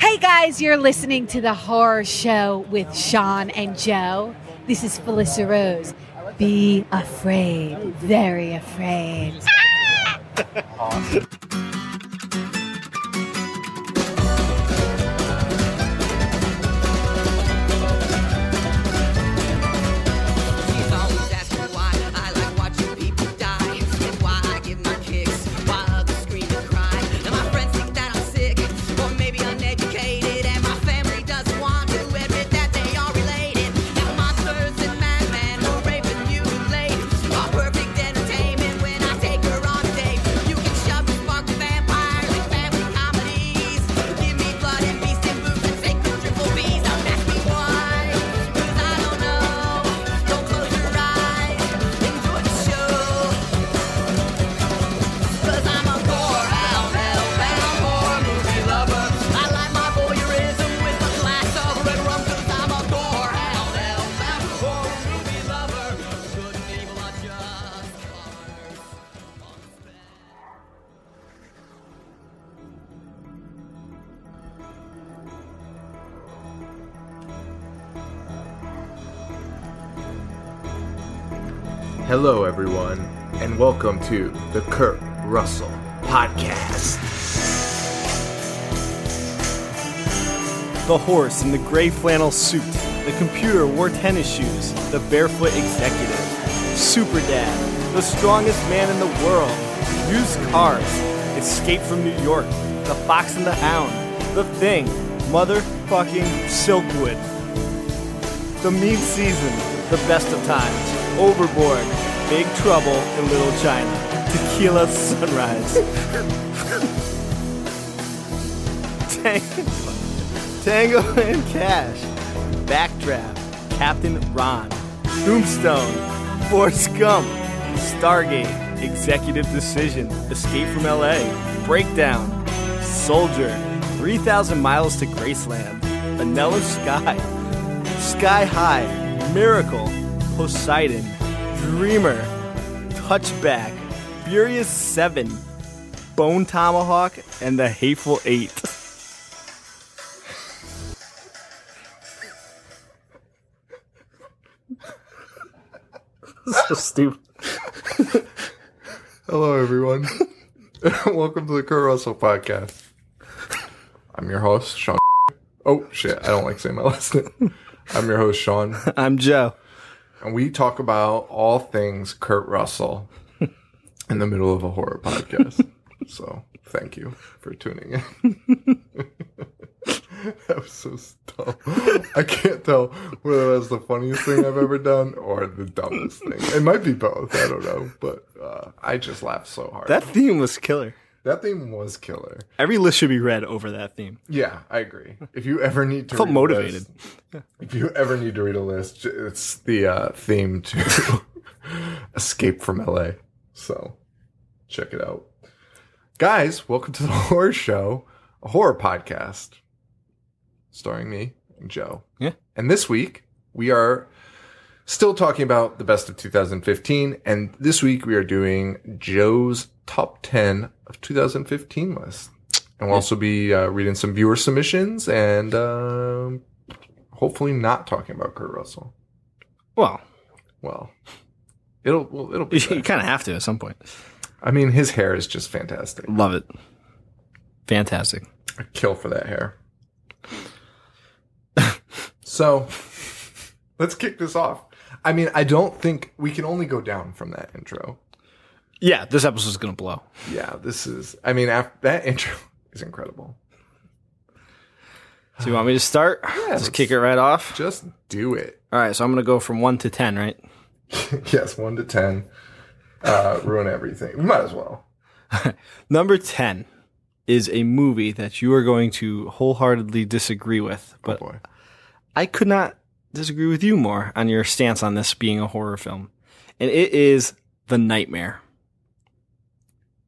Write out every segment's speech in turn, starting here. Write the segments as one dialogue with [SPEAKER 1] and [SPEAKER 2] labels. [SPEAKER 1] Hey guys, you're listening to The Horror Show with Sean and Joe. This is Felissa Rose. Be afraid, very afraid.
[SPEAKER 2] She's always asking why I like watching people die and why I give my kicks, why others scream and cry. And my friends think that I'm sick or maybe uneducated, and my family doesn't want to admit that they are related. And monsters and madmen who rape and mutilate are perfect entertainment when I take her on a date. You can shove and spark the vampires and family comedies. Give me blood and beast and boobs and take the triple B's. Don't ask me why, 'cause I don't know. Don't close your eyes, enjoy the show. Cause I'm a poor hell, hell, hell, poor movie lover. I like my voyeurism with a glass of red rum. Cause I'm a poor hell, hell, hell, poor movie lover. Good and evil are just colors.
[SPEAKER 3] Hello, everyone, and welcome to the Kurt Russell Podcast.
[SPEAKER 4] The horse in the gray flannel suit. The computer wore tennis shoes. The barefoot executive. Super Dad. The strongest man in the world. Used cars. Escape from New York. The Fox and the Hound. The Thing. Motherfucking Silkwood. The Mean Season. The Best of Times. Overboard. Big Trouble in Little China. Tequila Sunrise. Dang. Tango and Cash, Backdraft, Captain Ron, Tombstone, Forrest Gump, Stargate, Executive Decision, Escape from LA, Breakdown, Soldier, 3,000 Miles to Graceland, Vanilla Sky, Sky High, Miracle, Poseidon, Dreamer, Touchback, Furious 7, Bone Tomahawk, and The Hateful Eight.
[SPEAKER 5] so stupid.
[SPEAKER 3] Hello, everyone. welcome to the Kurt Russell Podcast. I'm your host, Sean. Oh, shit. I don't like saying my last name. I'm your host, Sean,
[SPEAKER 4] I'm Joe.
[SPEAKER 3] and we talk about all things Kurt Russell in the middle of a horror podcast. so, thank you for tuning in. that was so dumb. I can't tell whether that was the funniest thing I've ever done or the dumbest thing. It might be both. I don't know, but uh, I just laughed so hard.
[SPEAKER 4] That theme was killer.
[SPEAKER 3] that thing was killer.
[SPEAKER 4] Every list should be read over that theme.
[SPEAKER 3] Yeah, I agree. If you ever need to
[SPEAKER 4] Felt
[SPEAKER 3] read a
[SPEAKER 4] motivated.
[SPEAKER 3] list- if you ever need to read a list, j- it's the uh, theme to Escape from LA. So check it out, guys. Welcome to the Horror Show, a horror podcast starring me and Joe.
[SPEAKER 4] Yeah.
[SPEAKER 3] And this week we are still talking about the best of 2015, and this week we are doing Joe's top 10 of 2015 list. And we'll also be uh, reading some viewer submissions and um, hopefully not talking about Kurt Russell.
[SPEAKER 4] Well,
[SPEAKER 3] Well, it'll well, it'll be.
[SPEAKER 4] you
[SPEAKER 3] there.
[SPEAKER 4] kind of have to at some point.
[SPEAKER 3] I mean, his hair is just fantastic.
[SPEAKER 4] Love it. Fantastic.
[SPEAKER 3] I kill for that hair. so, let's kick this off. I mean, I don't think we can only go down from that intro.
[SPEAKER 4] Yeah, this episode's going to blow.
[SPEAKER 3] Yeah, this is. I mean, after, that intro is incredible.
[SPEAKER 4] So you want me to start?
[SPEAKER 3] let's-
[SPEAKER 4] Just kick it right off.
[SPEAKER 3] Just do it.
[SPEAKER 4] All right, so I'm going to go from 1 to 10, right?
[SPEAKER 3] Yes, one to ten. Uh, ruin everything. We might as well.
[SPEAKER 4] Number 10 is a movie that you are going to wholeheartedly disagree with, but
[SPEAKER 3] Oh, Boy,
[SPEAKER 4] I could not disagree with you more on your stance on this being a horror film. And it is The Nightmare.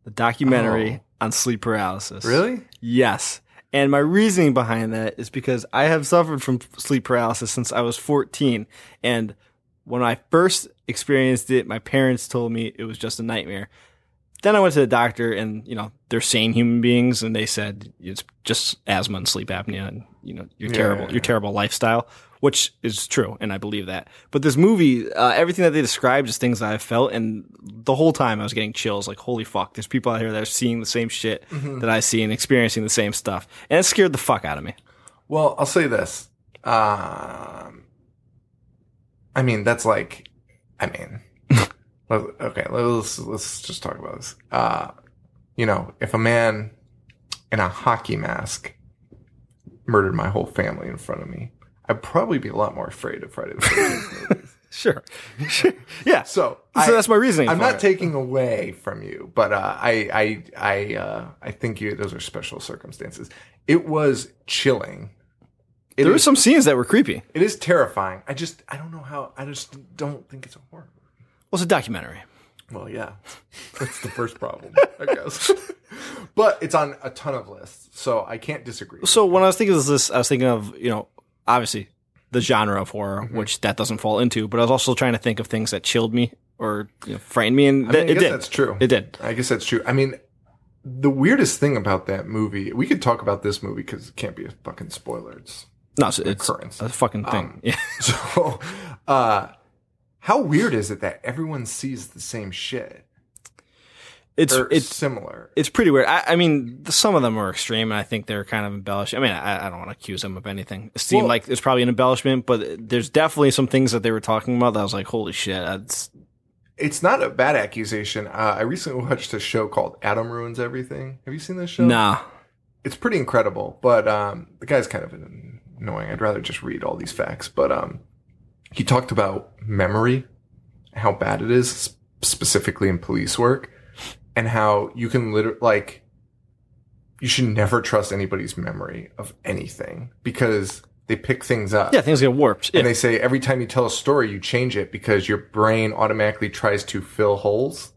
[SPEAKER 4] The documentary on sleep paralysis.
[SPEAKER 3] Oh. really?
[SPEAKER 4] Yes. And my reasoning behind that is because I have suffered from sleep paralysis since I was 14. And when I first experienced it, my parents told me it was just a nightmare. Then I went to the doctor, and you know they're sane human beings, and they said it's just asthma and sleep apnea, and you know your terrible your terrible lifestyle, which is true, and I believe that. But this movie, uh, everything that they described is things that I felt, and the whole time I was getting chills. Like holy fuck, there's people out here that are seeing the same shit that I see and experiencing the same stuff, and it scared the fuck out of me.
[SPEAKER 3] Well, I'll say this. Um, I mean, that's like, I mean, let- okay, let's let's just talk about this. Uh, you know, if a man in a hockey mask murdered my whole family in front of me, I'd probably be a lot more afraid of Friday the Thirteenth.
[SPEAKER 4] Sure, sure, yeah. So,
[SPEAKER 3] so,
[SPEAKER 4] that's my reasoning.
[SPEAKER 3] I'm
[SPEAKER 4] for
[SPEAKER 3] not
[SPEAKER 4] it.
[SPEAKER 3] taking away from you, but uh, I I I uh, I think you those are special circumstances. It was chilling. It
[SPEAKER 4] There were
[SPEAKER 3] is-
[SPEAKER 4] some scenes that were creepy.
[SPEAKER 3] It is terrifying. I just I don't know how. I just don't think it's a horror. movie.
[SPEAKER 4] Well, it's a documentary.
[SPEAKER 3] Well, yeah, that's the first problem, I guess. but it's on a ton of lists, so I can't disagree.
[SPEAKER 4] So when I was thinking of this, I was thinking of you know obviously the genre of horror,
[SPEAKER 3] Mm-hmm.
[SPEAKER 4] which that doesn't fall into. But I was also trying to think of things that chilled me or you know, frightened me, and
[SPEAKER 3] I, mean, I
[SPEAKER 4] th- it
[SPEAKER 3] guess
[SPEAKER 4] did.
[SPEAKER 3] that's true.
[SPEAKER 4] It did.
[SPEAKER 3] I guess that's true. I mean, the weirdest thing about that movie, we could talk about this movie because it can't be a fucking spoiler. It's
[SPEAKER 4] No, it's, it's
[SPEAKER 3] Occurrence.
[SPEAKER 4] a fucking thing.
[SPEAKER 3] Um,
[SPEAKER 4] yeah.
[SPEAKER 3] So, uh, how weird is it that everyone sees the same shit
[SPEAKER 4] It's
[SPEAKER 3] or
[SPEAKER 4] it's
[SPEAKER 3] similar?
[SPEAKER 4] it's pretty weird. I, I mean, the- some of them are extreme, and I think they're kind of embellishing. I mean, I, I don't want to accuse them of anything. It seemed
[SPEAKER 3] Well-
[SPEAKER 4] like it's probably an embellishment, but there's definitely some things that they were talking about that I was like, holy shit, that's
[SPEAKER 3] It's not a bad accusation. Uh, I recently watched a show called Adam Ruins Everything. Have you seen this show?
[SPEAKER 4] nah.
[SPEAKER 3] It's pretty incredible, but um, the guy's kind of annoying. I'd rather just read all these facts. But um, he talked about memory, how bad it is, s- specifically in police work, and how you can literally, like, you should never trust anybody's memory of anything because they pick things up.
[SPEAKER 4] Yeah, things get warped. Yeah.
[SPEAKER 3] And they say every time you tell a story, you change it because your brain automatically tries to fill holes.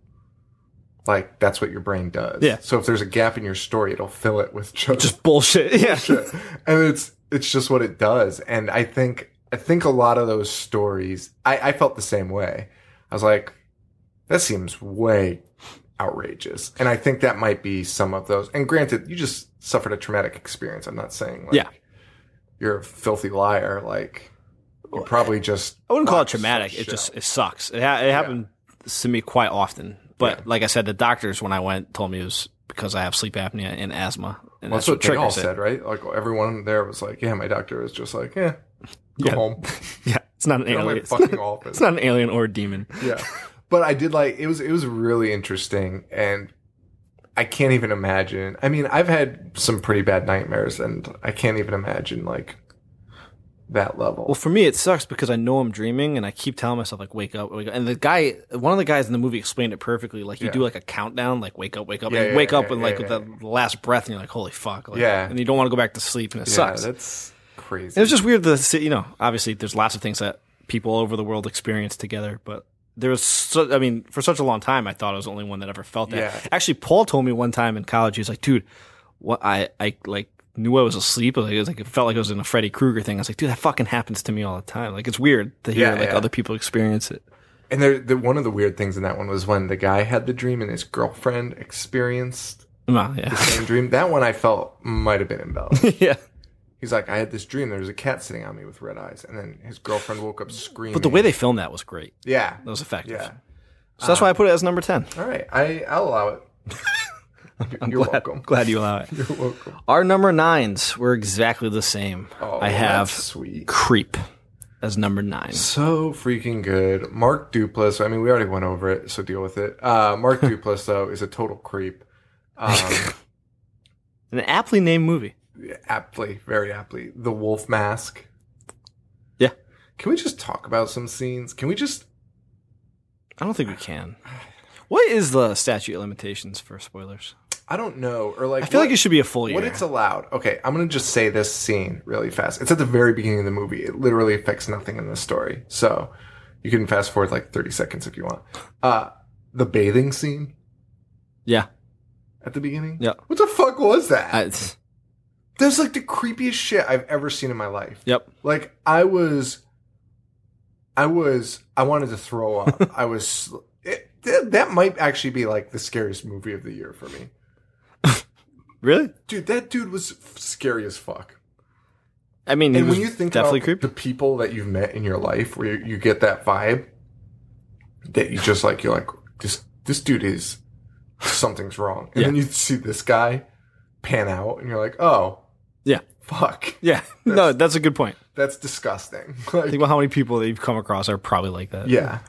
[SPEAKER 3] Like that's what your brain does.
[SPEAKER 4] Yeah.
[SPEAKER 3] So if there's a gap in your story, it'll fill it with jokes.
[SPEAKER 4] just bullshit. Yeah.
[SPEAKER 3] and it's it's just what it does. And I think I think a lot of those stories, I, I felt the same way. I was like, that seems way outrageous. And I think that might be some of those. And granted, you just suffered a traumatic experience. I'm not saying like
[SPEAKER 4] Yeah.
[SPEAKER 3] you're a filthy liar. Like you probably just
[SPEAKER 4] I wouldn't call it
[SPEAKER 3] watched some
[SPEAKER 4] traumatic. It
[SPEAKER 3] shit.
[SPEAKER 4] just it sucks. It, ha- it happened to me quite often. But like I said, the doctors when I went told me it was because I have sleep apnea and asthma. And
[SPEAKER 3] Well, that's what they all
[SPEAKER 4] triggers it.
[SPEAKER 3] said, right? Like everyone there was like, "Yeah, my doctor was just like, yeah, go
[SPEAKER 4] Yeah.
[SPEAKER 3] home,
[SPEAKER 4] Yeah, it's not an
[SPEAKER 3] go to my
[SPEAKER 4] alien. It's
[SPEAKER 3] fucking
[SPEAKER 4] not,
[SPEAKER 3] office."
[SPEAKER 4] it's not an alien or a demon.
[SPEAKER 3] yeah but i did like it was it was really interesting and i can't even imagine i mean i've had some pretty bad nightmares and i can't even imagine like that level
[SPEAKER 4] Well, for me, it sucks because I know I'm dreaming and I keep telling myself like, "Wake up, wake up." And the guy, one of the guys in the movie, explained it perfectly. Like you
[SPEAKER 3] Yeah.
[SPEAKER 4] do like a countdown, like "Wake up, wake up,"
[SPEAKER 3] Yeah,
[SPEAKER 4] and you
[SPEAKER 3] yeah,
[SPEAKER 4] wake
[SPEAKER 3] yeah,
[SPEAKER 4] up and
[SPEAKER 3] yeah,
[SPEAKER 4] like
[SPEAKER 3] yeah,
[SPEAKER 4] with the last breath, and you're like, "Holy fuck!" Like,
[SPEAKER 3] Yeah.
[SPEAKER 4] and you don't want to go back to sleep, and it
[SPEAKER 3] yeah,
[SPEAKER 4] sucks.
[SPEAKER 3] that's crazy
[SPEAKER 4] It was just weird to see, you know, obviously there's lots of things that people all over the world experience together, but there was, so, I mean, for such a long time, I thought I was the only one that ever felt that.
[SPEAKER 3] Yeah.
[SPEAKER 4] Actually, Paul told me one time in college, he was like, dude, what I, I like knew I was asleep. Like, it was like, it felt like I was in a Freddy Krueger thing. I was like, dude, that fucking happens to me all the time. Like, it's weird to hear
[SPEAKER 3] Yeah,
[SPEAKER 4] like
[SPEAKER 3] yeah.
[SPEAKER 4] other people experience it.
[SPEAKER 3] and there the, one of the weird things in that one was when the guy had the dream and his girlfriend experienced
[SPEAKER 4] Nah, yeah.
[SPEAKER 3] the dream that one i felt might have been embellished
[SPEAKER 4] yeah.
[SPEAKER 3] he's like i had this dream there was a cat sitting on me with red eyes and then his girlfriend woke up screaming
[SPEAKER 4] But the way they filmed that was great.
[SPEAKER 3] yeah
[SPEAKER 4] That was effective.
[SPEAKER 3] yeah
[SPEAKER 4] So
[SPEAKER 3] Ah.
[SPEAKER 4] that's why I put it as number 10.
[SPEAKER 3] all right i i'll allow it
[SPEAKER 4] I'm
[SPEAKER 3] You're
[SPEAKER 4] glad,
[SPEAKER 3] welcome.
[SPEAKER 4] glad you allow it.
[SPEAKER 3] You're welcome.
[SPEAKER 4] Our number nines were exactly the same.
[SPEAKER 3] Oh,
[SPEAKER 4] I have
[SPEAKER 3] that's sweet.
[SPEAKER 4] Creep as number nine.
[SPEAKER 3] So freaking good. Mark Duplass. I mean, we already went over it, so deal with it. Uh, Mark Duplass, though, is a total creep. Um,
[SPEAKER 4] An aptly named movie.
[SPEAKER 3] aptly, very aptly. The wolf mask.
[SPEAKER 4] Yeah.
[SPEAKER 3] Can we just talk about some scenes? Can we just.
[SPEAKER 4] I don't think we can. What is the statute of limitations for spoilers?
[SPEAKER 3] I don't know. Or like.
[SPEAKER 4] I feel like it should be a full year.
[SPEAKER 3] What it's allowed. Okay, I'm going to just say this scene really fast. It's at the very beginning of the movie. It literally affects nothing in the story. So you can fast forward like 30 seconds if you want. Uh, the bathing scene
[SPEAKER 4] yeah.
[SPEAKER 3] at the beginning.
[SPEAKER 4] Yeah.
[SPEAKER 3] What the fuck was that?
[SPEAKER 4] I, it's-
[SPEAKER 3] That's like the creepiest shit I've ever seen in my life.
[SPEAKER 4] yep.
[SPEAKER 3] Like I was, I was, I wanted to throw up. I was. it, th- that might actually be like the scariest movie of the year for me.
[SPEAKER 4] Really?
[SPEAKER 3] Dude, that dude was f- scary as fuck.
[SPEAKER 4] I mean, he
[SPEAKER 3] And
[SPEAKER 4] was
[SPEAKER 3] when you think
[SPEAKER 4] definitely
[SPEAKER 3] about
[SPEAKER 4] creepy.
[SPEAKER 3] the people that you've met in your life, where you, you get that vibe, that you just like, you're like, this this dude is something's wrong, and then you see this guy pan out, and you're like, oh,
[SPEAKER 4] Yeah.
[SPEAKER 3] fuck,
[SPEAKER 4] Yeah. no, that's a good point.
[SPEAKER 3] that's disgusting. Like,
[SPEAKER 4] Think about how many people that you've come across are probably like that.
[SPEAKER 3] yeah.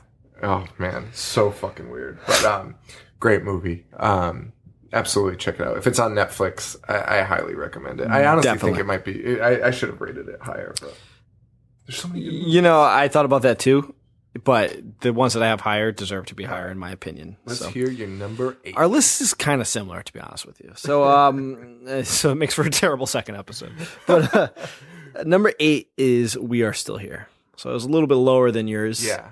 [SPEAKER 3] Oh man, so fucking weird, but um, great movie. Um, absolutely check it out. If it's on Netflix, I, I highly recommend it. I honestly think
[SPEAKER 4] Definitely.
[SPEAKER 3] it might be. I, I should have rated it higher, but there's so many. good
[SPEAKER 4] You know, I thought about that too, but the ones that I have higher deserve to be higher in my opinion.
[SPEAKER 3] Let's
[SPEAKER 4] so.
[SPEAKER 3] hear your number eight.
[SPEAKER 4] Our list is kind of similar, to be honest with you. So, um, uh, so it makes for a terrible second episode. But uh, number eight is "We Are Still Here." So it was a little bit lower than yours.
[SPEAKER 3] yeah.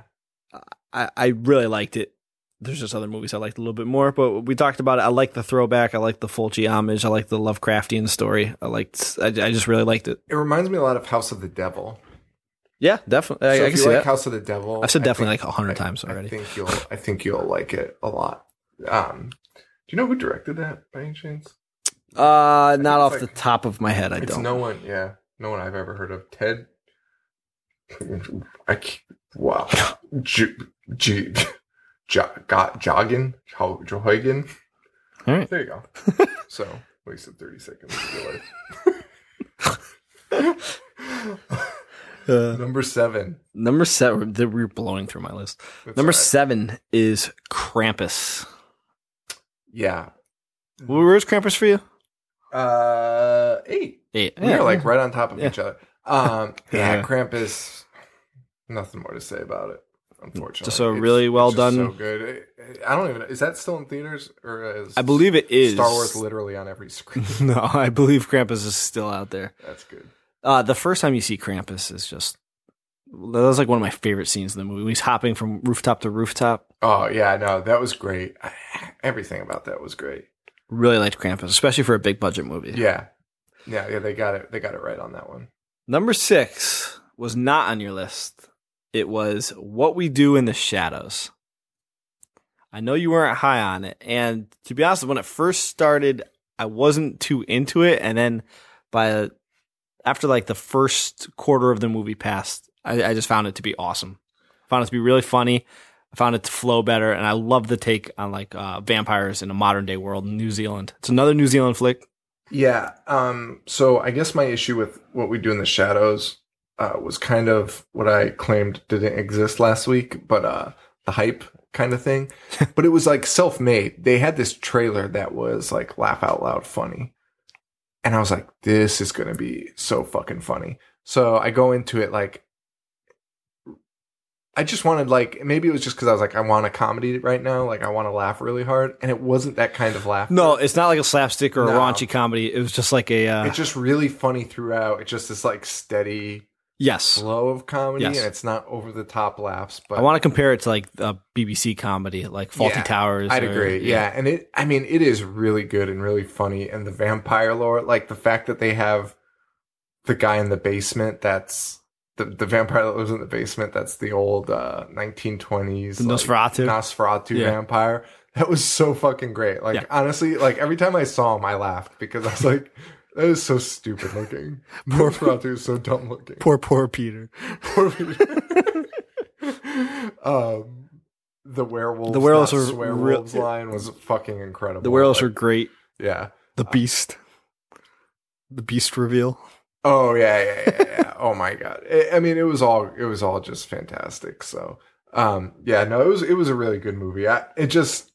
[SPEAKER 4] I, I really liked it. There's just other movies I liked a little bit more, but we talked about it. I like the throwback. I like the Fulci homage. I like the Lovecraftian story. I liked. I, I just really liked it.
[SPEAKER 3] It reminds me a lot of House of the Devil.
[SPEAKER 4] Yeah, definitely.
[SPEAKER 3] So
[SPEAKER 4] I, I
[SPEAKER 3] if
[SPEAKER 4] can
[SPEAKER 3] you
[SPEAKER 4] see
[SPEAKER 3] like
[SPEAKER 4] that.
[SPEAKER 3] House of the Devil,
[SPEAKER 4] I've said
[SPEAKER 3] I
[SPEAKER 4] definitely
[SPEAKER 3] think-
[SPEAKER 4] like a hundred
[SPEAKER 3] I-
[SPEAKER 4] times already.
[SPEAKER 3] I think you'll, I think you'll like it a lot. Um, do you know who directed that by any chance?
[SPEAKER 4] Uh,
[SPEAKER 3] think
[SPEAKER 4] not
[SPEAKER 3] it's
[SPEAKER 4] off
[SPEAKER 3] like-
[SPEAKER 4] the top of my head, I
[SPEAKER 3] it's
[SPEAKER 4] don't.
[SPEAKER 3] no one. Yeah, no one I've ever heard of. Ted. I can't, wow. J, J, jo, got Joggin. Jo- Johagen.
[SPEAKER 4] All right.
[SPEAKER 3] There you go. so wasted thirty seconds of your life.
[SPEAKER 4] Uh,
[SPEAKER 3] Number seven.
[SPEAKER 4] number seven, the- we're blowing through my list.
[SPEAKER 3] That's
[SPEAKER 4] number
[SPEAKER 3] all right.
[SPEAKER 4] seven is Krampus.
[SPEAKER 3] Yeah.
[SPEAKER 4] Where- Where's Krampus for you?
[SPEAKER 3] Uh, eight.
[SPEAKER 4] Eight.
[SPEAKER 3] We are like right on top of
[SPEAKER 4] Yeah.
[SPEAKER 3] each other. Um, yeah,
[SPEAKER 4] Yeah.
[SPEAKER 3] Krampus. Nothing more to say about it. Unfortunately,
[SPEAKER 4] Just a really well
[SPEAKER 3] just
[SPEAKER 4] done-
[SPEAKER 3] So good. I don't even. Is that still in theaters or is
[SPEAKER 4] I believe it is
[SPEAKER 3] Star Wars literally on every screen?
[SPEAKER 4] no, I believe Krampus is still out there.
[SPEAKER 3] That's good.
[SPEAKER 4] Uh, the first time you see Krampus is just that was like one of my favorite scenes in the movie. He's hopping from rooftop to rooftop.
[SPEAKER 3] Oh yeah, no, that was great. Everything about that was great.
[SPEAKER 4] Really liked Krampus, especially for a big budget movie.
[SPEAKER 3] Yeah, yeah, yeah. They got it. They got it right on that one.
[SPEAKER 4] Number six was not on your list. It was What We Do in the Shadows. I know you weren't high on it. And to be honest, when it first started, I wasn't too into it. And then by after like the first quarter of the movie passed, I, I just found it to be awesome. I found it to be really funny. I found it to flow better. And I love the take on like uh, vampires in a modern day world in New Zealand. It's another New Zealand flick.
[SPEAKER 3] Yeah. Um, so I guess my issue with what we do in the shadows uh, was kind of what I claimed didn't exist last week, but uh, the hype kind of thing. but it was like self made. They had this trailer that was like laugh out loud funny. And I was like, this is going to be so fucking funny. So I go into it like, I just wanted like maybe it was just because I was like I want a comedy right now like I want to laugh really hard and it wasn't that kind of laugh.
[SPEAKER 4] No, it's not like a slapstick or a
[SPEAKER 3] No.
[SPEAKER 4] raunchy comedy. It was just like a uh,
[SPEAKER 3] it's just really funny throughout. It's just this like steady
[SPEAKER 4] yes.
[SPEAKER 3] flow of comedy,
[SPEAKER 4] Yes.
[SPEAKER 3] and it's not over the top laughs. But
[SPEAKER 4] I want to compare it to like a BBC comedy, like Faulty
[SPEAKER 3] Yeah,
[SPEAKER 4] Towers.
[SPEAKER 3] I'd
[SPEAKER 4] or-
[SPEAKER 3] agree, yeah. And it, I mean, it is really good and really funny. And the vampire lore, like the fact that they have the guy in the basement that's the, the vampire that lives in the basement. That's the old uh, 1920s
[SPEAKER 4] The
[SPEAKER 3] like,
[SPEAKER 4] Nosferatu.
[SPEAKER 3] Nosferatu
[SPEAKER 4] Yeah.
[SPEAKER 3] vampire. That was so fucking great. Like
[SPEAKER 4] Yeah.
[SPEAKER 3] honestly, like every time I saw him, I laughed because I was like, "That is so stupid looking." Nosferatu is so dumb looking.
[SPEAKER 4] Poor, poor Peter.
[SPEAKER 3] Poor Peter. um, the werewolves.
[SPEAKER 4] The werewolves
[SPEAKER 3] not
[SPEAKER 4] were
[SPEAKER 3] werewolves
[SPEAKER 4] real-
[SPEAKER 3] line was fucking incredible.
[SPEAKER 4] The werewolves are
[SPEAKER 3] Like,
[SPEAKER 4] great.
[SPEAKER 3] yeah.
[SPEAKER 4] The Beast. The Beast reveal.
[SPEAKER 3] Oh yeah, yeah, yeah. yeah. oh my god. I- I mean, it was all it was all just fantastic. So, um, yeah, no, it was it was a really good movie. I, it just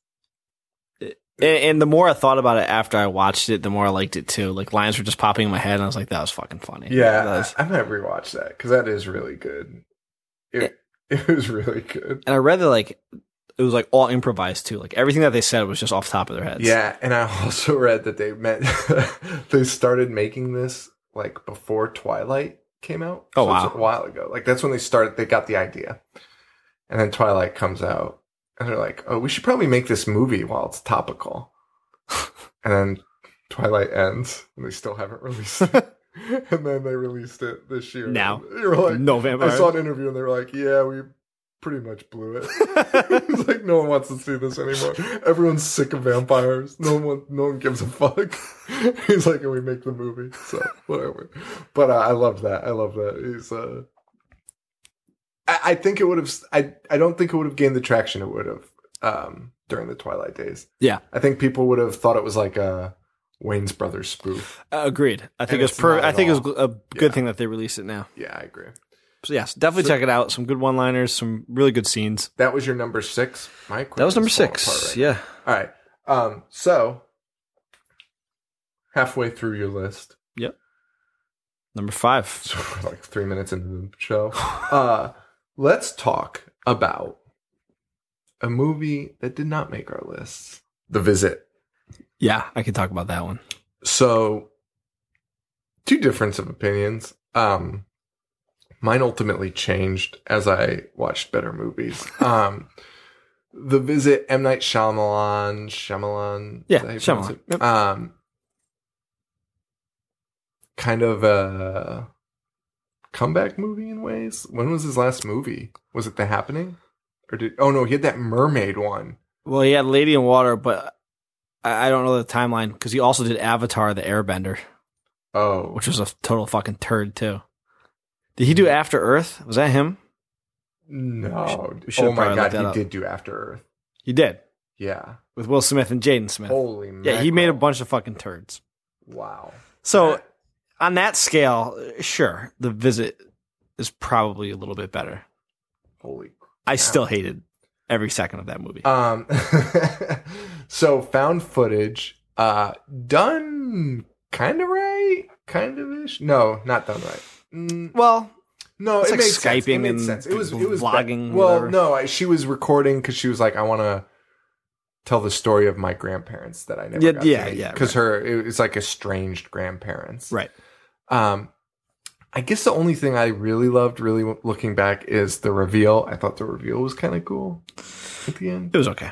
[SPEAKER 4] And, and the more I thought about it after I watched it, the more I liked it too. Like lines were just popping in my head, and I was like, "That was fucking funny."
[SPEAKER 3] yeah,
[SPEAKER 4] That was-
[SPEAKER 3] I, I might rewatch that because that is really good. It it was really good.
[SPEAKER 4] and I read that like it was like all improvised too. Like everything that they said was just off the top of their heads.
[SPEAKER 3] Yeah, and I also read that they meant they started making this like before Twilight came out.
[SPEAKER 4] Oh,
[SPEAKER 3] So it's
[SPEAKER 4] wow.
[SPEAKER 3] a while ago. Like that's when they started. They got the idea, and then Twilight comes out, and they're like, "Oh, we should probably make this movie while it's topical." and then Twilight ends, and they still haven't released it. and then they released it this year.
[SPEAKER 4] Now.
[SPEAKER 3] you were like,
[SPEAKER 4] No vampire.
[SPEAKER 3] I saw an interview, and they were like, "Yeah, we pretty much blew it. it's like no one wants to see this anymore. Everyone's sick of vampires. No one, no one gives a fuck. He's like, and we make the movie, so whatever. But uh, I loved that. I love that. He's. Uh, I, I think it would have. I I don't think it would have gained the traction it would have um, during the Twilight days.
[SPEAKER 4] Yeah,
[SPEAKER 3] I think people would have thought it was like a Wayne's Brothers spoof.
[SPEAKER 4] uh, agreed. I think
[SPEAKER 3] And
[SPEAKER 4] it's
[SPEAKER 3] it's
[SPEAKER 4] per.
[SPEAKER 3] not
[SPEAKER 4] I
[SPEAKER 3] at
[SPEAKER 4] think it's
[SPEAKER 3] all.
[SPEAKER 4] a good
[SPEAKER 3] Yeah.
[SPEAKER 4] thing that they released it now.
[SPEAKER 3] Yeah, I agree.
[SPEAKER 4] So yes, definitely check it out. Some good one-liners, some really good scenes.
[SPEAKER 3] That was your number six. My
[SPEAKER 4] That was number
[SPEAKER 3] equipment's falling apart right
[SPEAKER 4] six. yeah,
[SPEAKER 3] All right. Um, so halfway through your list,
[SPEAKER 4] number five.
[SPEAKER 3] so we're like three minutes into the show, uh, let's talk about a movie that did not make our lists. The Visit.
[SPEAKER 4] Yeah, I could talk about that one.
[SPEAKER 3] So two difference of opinions. Um, mine ultimately changed as I watched better movies. Um, the Visit, M Night Shyamalan, Shyamalan. is
[SPEAKER 4] Yeah,
[SPEAKER 3] that how you pronounce
[SPEAKER 4] Shyamalan.
[SPEAKER 3] it?
[SPEAKER 4] Yep.
[SPEAKER 3] Um, kind of a comeback movie in ways. When was his last movie? Was it The Happening? Or did oh no, he had that mermaid one.
[SPEAKER 4] Well, he had Lady in Water, but I, I don't know the timeline because he also did Avatar: The Airbender,
[SPEAKER 3] Oh,
[SPEAKER 4] which was a total fucking turd too. Did he do After Earth? Was that him?
[SPEAKER 3] no.
[SPEAKER 4] we should
[SPEAKER 3] Oh my
[SPEAKER 4] probably
[SPEAKER 3] god,
[SPEAKER 4] look that
[SPEAKER 3] he
[SPEAKER 4] up.
[SPEAKER 3] did do After Earth.
[SPEAKER 4] He did
[SPEAKER 3] Yeah.
[SPEAKER 4] with Will Smith and Jaden Smith.
[SPEAKER 3] Holy
[SPEAKER 4] yeah, he made a
[SPEAKER 3] mackerel.
[SPEAKER 4] bunch of fucking turds.
[SPEAKER 3] Wow.
[SPEAKER 4] So
[SPEAKER 3] Yeah.
[SPEAKER 4] on that scale, sure, the visit is probably a little bit better.
[SPEAKER 3] Holy.
[SPEAKER 4] I still hated every second of that movie.
[SPEAKER 3] Um. so found footage. Uh, done kind of right, kind of ish. No, not done right. Mm,
[SPEAKER 4] well,
[SPEAKER 3] no,
[SPEAKER 4] It's
[SPEAKER 3] it
[SPEAKER 4] like
[SPEAKER 3] makes sense.
[SPEAKER 4] Skyping
[SPEAKER 3] it made
[SPEAKER 4] and
[SPEAKER 3] sense. It was it was
[SPEAKER 4] vlogging,
[SPEAKER 3] Well,
[SPEAKER 4] whatever.
[SPEAKER 3] no, I, she was recording because she was like, I want to tell the story of my grandparents that I never.
[SPEAKER 4] Yeah,
[SPEAKER 3] got to
[SPEAKER 4] yeah,
[SPEAKER 3] meet.
[SPEAKER 4] yeah,
[SPEAKER 3] Because her, it- it's like estranged grandparents,
[SPEAKER 4] right.
[SPEAKER 3] Um, I guess the only thing I really loved, really w- looking back, is the reveal. I thought the reveal was kind of cool at the end.
[SPEAKER 4] It was okay.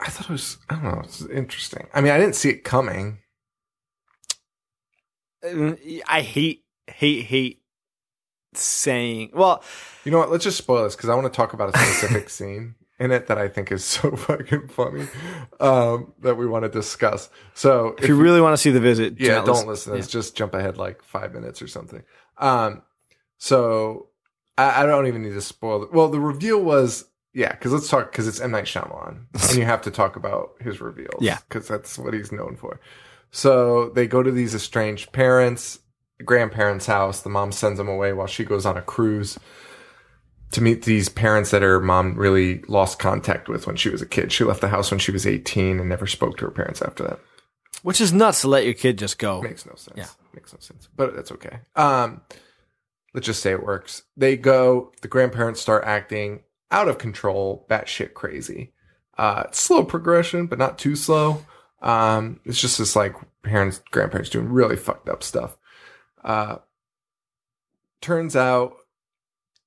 [SPEAKER 3] I thought it was, I don't know, it's interesting. I mean, I didn't see it coming.
[SPEAKER 4] Uh, I hate, hate, hate saying, well,
[SPEAKER 3] You know what? Let's just spoil this because I want to talk about a specific scene in it that I think is so fucking funny um, that we want to discuss. So,
[SPEAKER 4] if you really want to see the visit, do
[SPEAKER 3] yeah,
[SPEAKER 4] not
[SPEAKER 3] don't listen. to this. Just jump ahead like five minutes or something. Um, so I, I don't even need to spoil it. Well, the reveal was yeah, because let's talk because it's M Night Shyamalan, and you have to talk about his reveals.
[SPEAKER 4] Yeah.
[SPEAKER 3] because that's what he's known for. So they go to these estranged parents, grandparents' house. The mom sends them away while she goes on a cruise to meet these parents that her mom really lost contact with when she was a kid. She left the house when she was 18 and never spoke to her parents after that.
[SPEAKER 4] Which is nuts to let your kid just go.
[SPEAKER 3] Makes no sense.
[SPEAKER 4] Yeah.
[SPEAKER 3] Makes no sense. But that's okay. Um, let's just say it works. They go, the grandparents start acting out of control, batshit crazy. Uh, it's slow progression, but not too slow. Um, it's just this like parents, grandparents doing really fucked up stuff. Uh, turns out,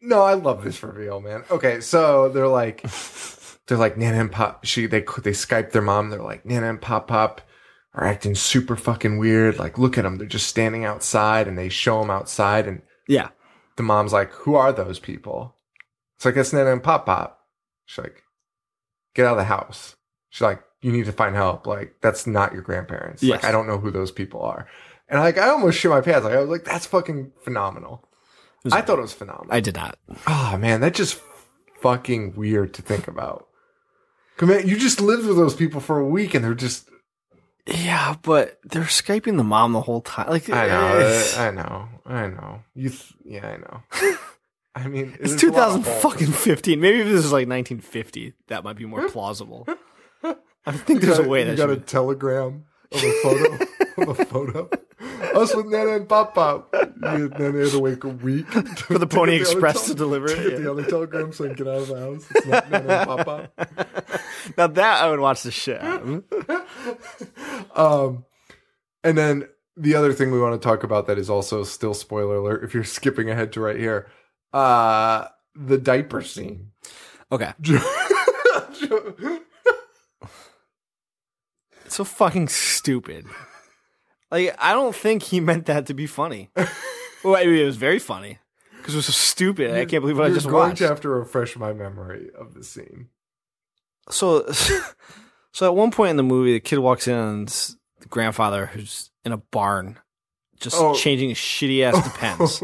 [SPEAKER 3] no, I love this reveal, man. Okay, so they're like, they're like Nana and Pop. She they they Skype their mom. They're like Nana and Pop Pop are acting super fucking weird. Like look at them. They're just standing outside, and they show them outside, and
[SPEAKER 4] Yeah.
[SPEAKER 3] the mom's like, "Who are those people?" It's like that's Nana and Pop Pop. She's like, "Get out of the house." She's like, "You need to find help. Like that's not your grandparents.
[SPEAKER 4] Yes.
[SPEAKER 3] Like I don't know who those people are." And like I almost shit my pants. Like I was like, "That's fucking phenomenal."
[SPEAKER 4] was-
[SPEAKER 3] I thought it was phenomenal.
[SPEAKER 4] I did not.
[SPEAKER 3] Oh man, that's just fucking weird to think about. Come on, you just lived with those people for a week and they're just
[SPEAKER 4] Yeah, but they're Skyping the mom the whole time. Like, eh,
[SPEAKER 3] I know,
[SPEAKER 4] it's-
[SPEAKER 3] I know, I know. You th- yeah, I know. I mean
[SPEAKER 4] It's
[SPEAKER 3] there's a lot of
[SPEAKER 4] 2000
[SPEAKER 3] holes.
[SPEAKER 4] fucking 15. Maybe if this is like 1950, that might be more plausible. I think
[SPEAKER 3] You
[SPEAKER 4] there's
[SPEAKER 3] got,
[SPEAKER 4] a way
[SPEAKER 3] you
[SPEAKER 4] that
[SPEAKER 3] got a
[SPEAKER 4] should-
[SPEAKER 3] telegram of a photo of a photo. Us with Nana and Pop Pop. You- Nana had to wait a week to-
[SPEAKER 4] for the
[SPEAKER 3] to
[SPEAKER 4] Pony
[SPEAKER 3] get other
[SPEAKER 4] Express
[SPEAKER 3] tel-
[SPEAKER 4] to deliver
[SPEAKER 3] to get
[SPEAKER 4] it.
[SPEAKER 3] the other telegram saying get out of the house. It's not Nana and Pop Pop.
[SPEAKER 4] yeah. Now that I would watch the shit. out of.
[SPEAKER 3] Um, and then the other thing we want to talk about that is also still spoiler alert if you're skipping ahead to right here. Uh, the diaper scene.
[SPEAKER 4] Okay,
[SPEAKER 3] I
[SPEAKER 4] it's so fucking stupid. Like I don't think he meant that to be funny. well, I mean, it was very funny because it was so stupid. I can't believe what I
[SPEAKER 3] You're
[SPEAKER 4] just
[SPEAKER 3] going
[SPEAKER 4] watched.
[SPEAKER 3] to have to refresh my memory of the scene.
[SPEAKER 4] so so at one point in the movie the kid walks in and it's the grandfather who's in a barn just
[SPEAKER 3] Oh.
[SPEAKER 4] changing his shitty ass depends